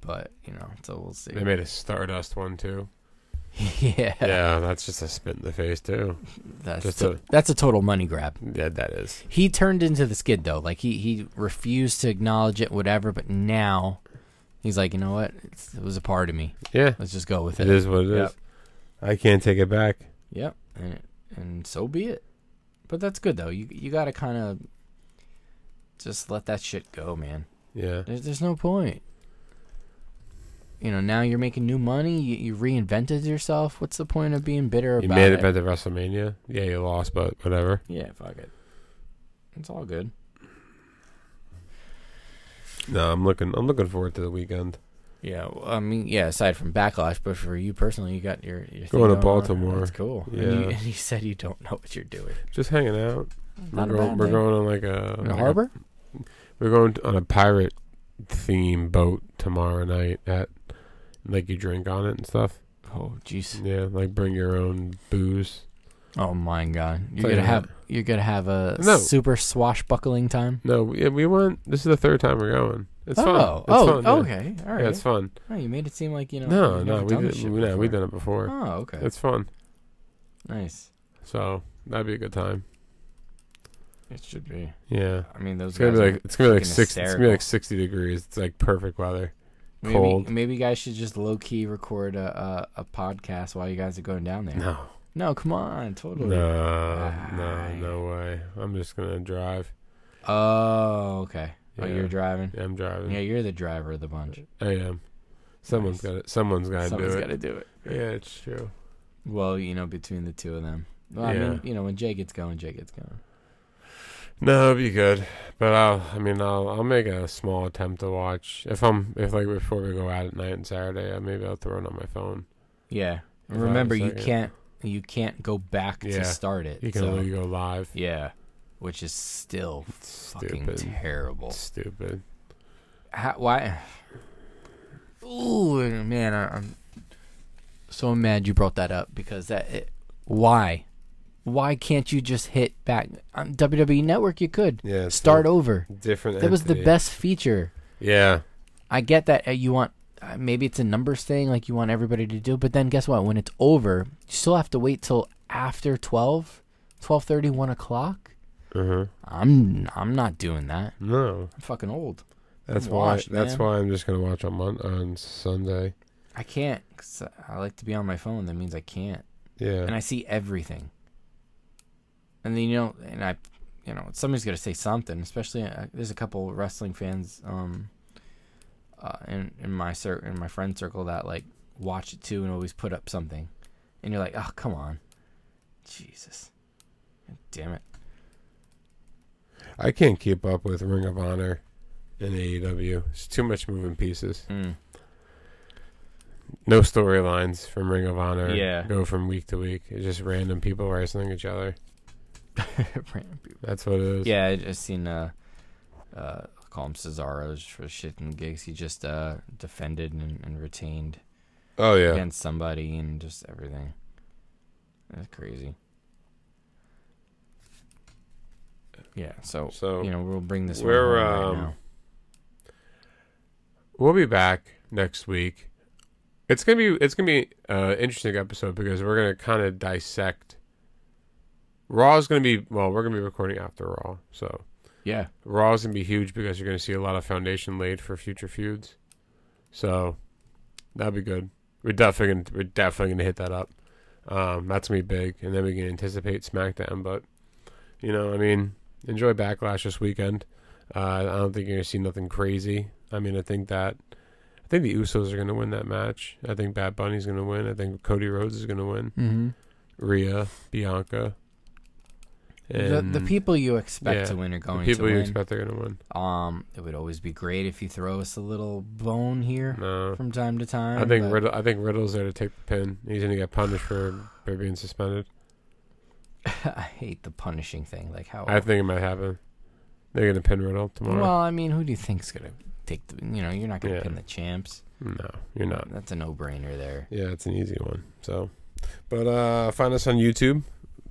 but you know, so we'll see. They made a Stardust one too. yeah, yeah, that's just a spit in the face too. that's just to- a- that's a total money grab. Yeah, that is. He turned into the skid though. Like he he refused to acknowledge it, whatever. But now he's like, you know what? It's, it was a part of me. Yeah, Let's just go with it it. is what it is. Yep. I can't take it back. Yep, and and so be it. But that's good though. You you got to kind of just let that shit go, man. Yeah. There's, there's no point. You know, now you're making new money. You, you reinvented yourself. What's the point of being bitter You about made it? it by the WrestleMania. Yeah, you lost, but whatever. yeah, fuck it. It's all good. No, I'm looking. I'm looking forward to the weekend. Yeah, well, I mean, yeah. Aside from backlash, but for you personally, you got your, your thing Going to on. Baltimore. That's cool. And, Yeah. you, and you said you don't know what you're doing. Just hanging out. We're, Not a going, bad we're thing. going on like a In like the a- harbor. We're going on a pirate theme boat tomorrow night at like you drink on it and stuff. Oh jeez. Yeah, like bring your own booze. Oh my god. You're Tell you gonna have what. you're gonna have a No. super swashbuckling time. No, we, we went. This is the third time we're going. It's oh, fun. oh, It's fun, yeah. okay, all right. Yeah, it's fun. oh, you made it seem like you know. No, you've no, never we done this did. shit We, no, before. we've done it before. Oh, okay. It's fun. nice. So that'd be a good time. It should be. Yeah. I mean, those It's gonna guys be are like it's gonna be like freaking six. It's gonna be hysterical. like sixty degrees. It's like perfect weather. Maybe, cold. Maybe you guys should just low key record a, a a podcast while you guys are going down there. No, No, come on, no, totally. no, no way. I'm just gonna drive. Oh, okay. Oh, Yeah. you're driving. Yeah, I'm driving. Yeah, you're the driver of the bunch. I am. Someone's Nice. got it. Someone's got to do Someone's it. got to do it. Yeah, it's true. Well, you know, between the two of them. Well, I Yeah. mean, you know, when Jay gets going, Jay gets going. No, it'd be good. But I'll. I mean, I'll. I'll make a small attempt to watch. If I'm. If like before we go out at night on Saturday, I, maybe I'll throw it on my phone. Yeah. If I Remember, was you like, yeah. can't you can't go back Yeah. to start it. You can so- only go live. yeah, which is still fucking Stupid. terrible. Stupid. How, why? Ooh, man, I, I'm so mad you brought that up because that. It, why? Why can't you just hit back on WWE Network? You could Yeah, it's start a over. Different. That was the entity. best feature. Yeah. I get that uh, you want uh, maybe it's a numbers thing, like you want everybody to do. But then guess what? When it's over, you still have to wait till after 12, 12.30, 1 o'clock. Uh huh. I'm I'm not doing that. No. I'm fucking old. That's I'm why. washed, that's man. why I'm just gonna watch on Mon- on Sunday. I can't. 'cause I like to be on my phone. That means I can't. Yeah. And I see everything. And then you know, and I, you know, somebody's gonna say something. Especially uh, there's a couple wrestling fans, um, uh, in in my cir- in my friend circle that like watch it too and always put up something, and you're like, oh come on, Jesus, God damn it, I can't keep up with Ring of Honor and AEW. It's too much moving pieces. mm. No storylines from Ring of Honor. Yeah. Go from week to week. It's just random people wrestling each other. That's what it is. yeah, I just seen uh, uh, I'll call him Cesaro's for shit and gigs. He just uh defended and, and retained Oh yeah. against somebody and just everything. That's crazy. Yeah, so, So you know we'll bring this we're, one home um, right now. we'll be back next week. It's gonna be it's gonna be an interesting episode because we're gonna kind of dissect. Raw's gonna be well. We're gonna be recording after Raw, so Yeah, Raw is gonna be huge because you're gonna see a lot of foundation laid for future feuds. So that'd be good. We're definitely gonna we're definitely gonna hit that up. Um, that's gonna be big, and then we can anticipate SmackDown. But you know, I mean, enjoy Backlash this weekend. Uh, I don't think you're gonna see nothing crazy. I mean, I think that I think the Usos are gonna win that match. I think Bad Bunny's gonna win. I think Cody Rhodes is gonna win. mm-hmm. Rhea, Bianca, the the people you expect yeah, to win are the going people to you win. expect they're gonna win. Um, it would always be great if you throw us a little bone here No. from time to time. I think but Riddle, I think Riddle's there to take the pin. He's gonna get punished for, for being suspended. I hate the punishing thing. Like how? I think it might happen. They're gonna pin Riddle tomorrow. Oh. well, I mean, who do you think's gonna take the? You know, you're not gonna Yeah. pin the champs. no, you're not. That's a no brainer there. Yeah, it's an easy one. So, but uh, find us on YouTube.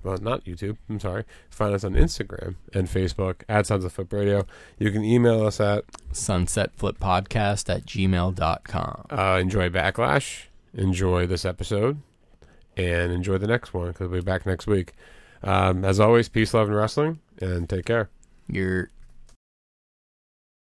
Well, not YouTube. I'm sorry. Find us on Instagram and Facebook at Sons of Flip Radio. You can email us at sunsetflippodcast at gmail.com. uh, enjoy backlash enjoy this episode and enjoy the next one because we'll be back next week um, as always peace love and wrestling and take care You're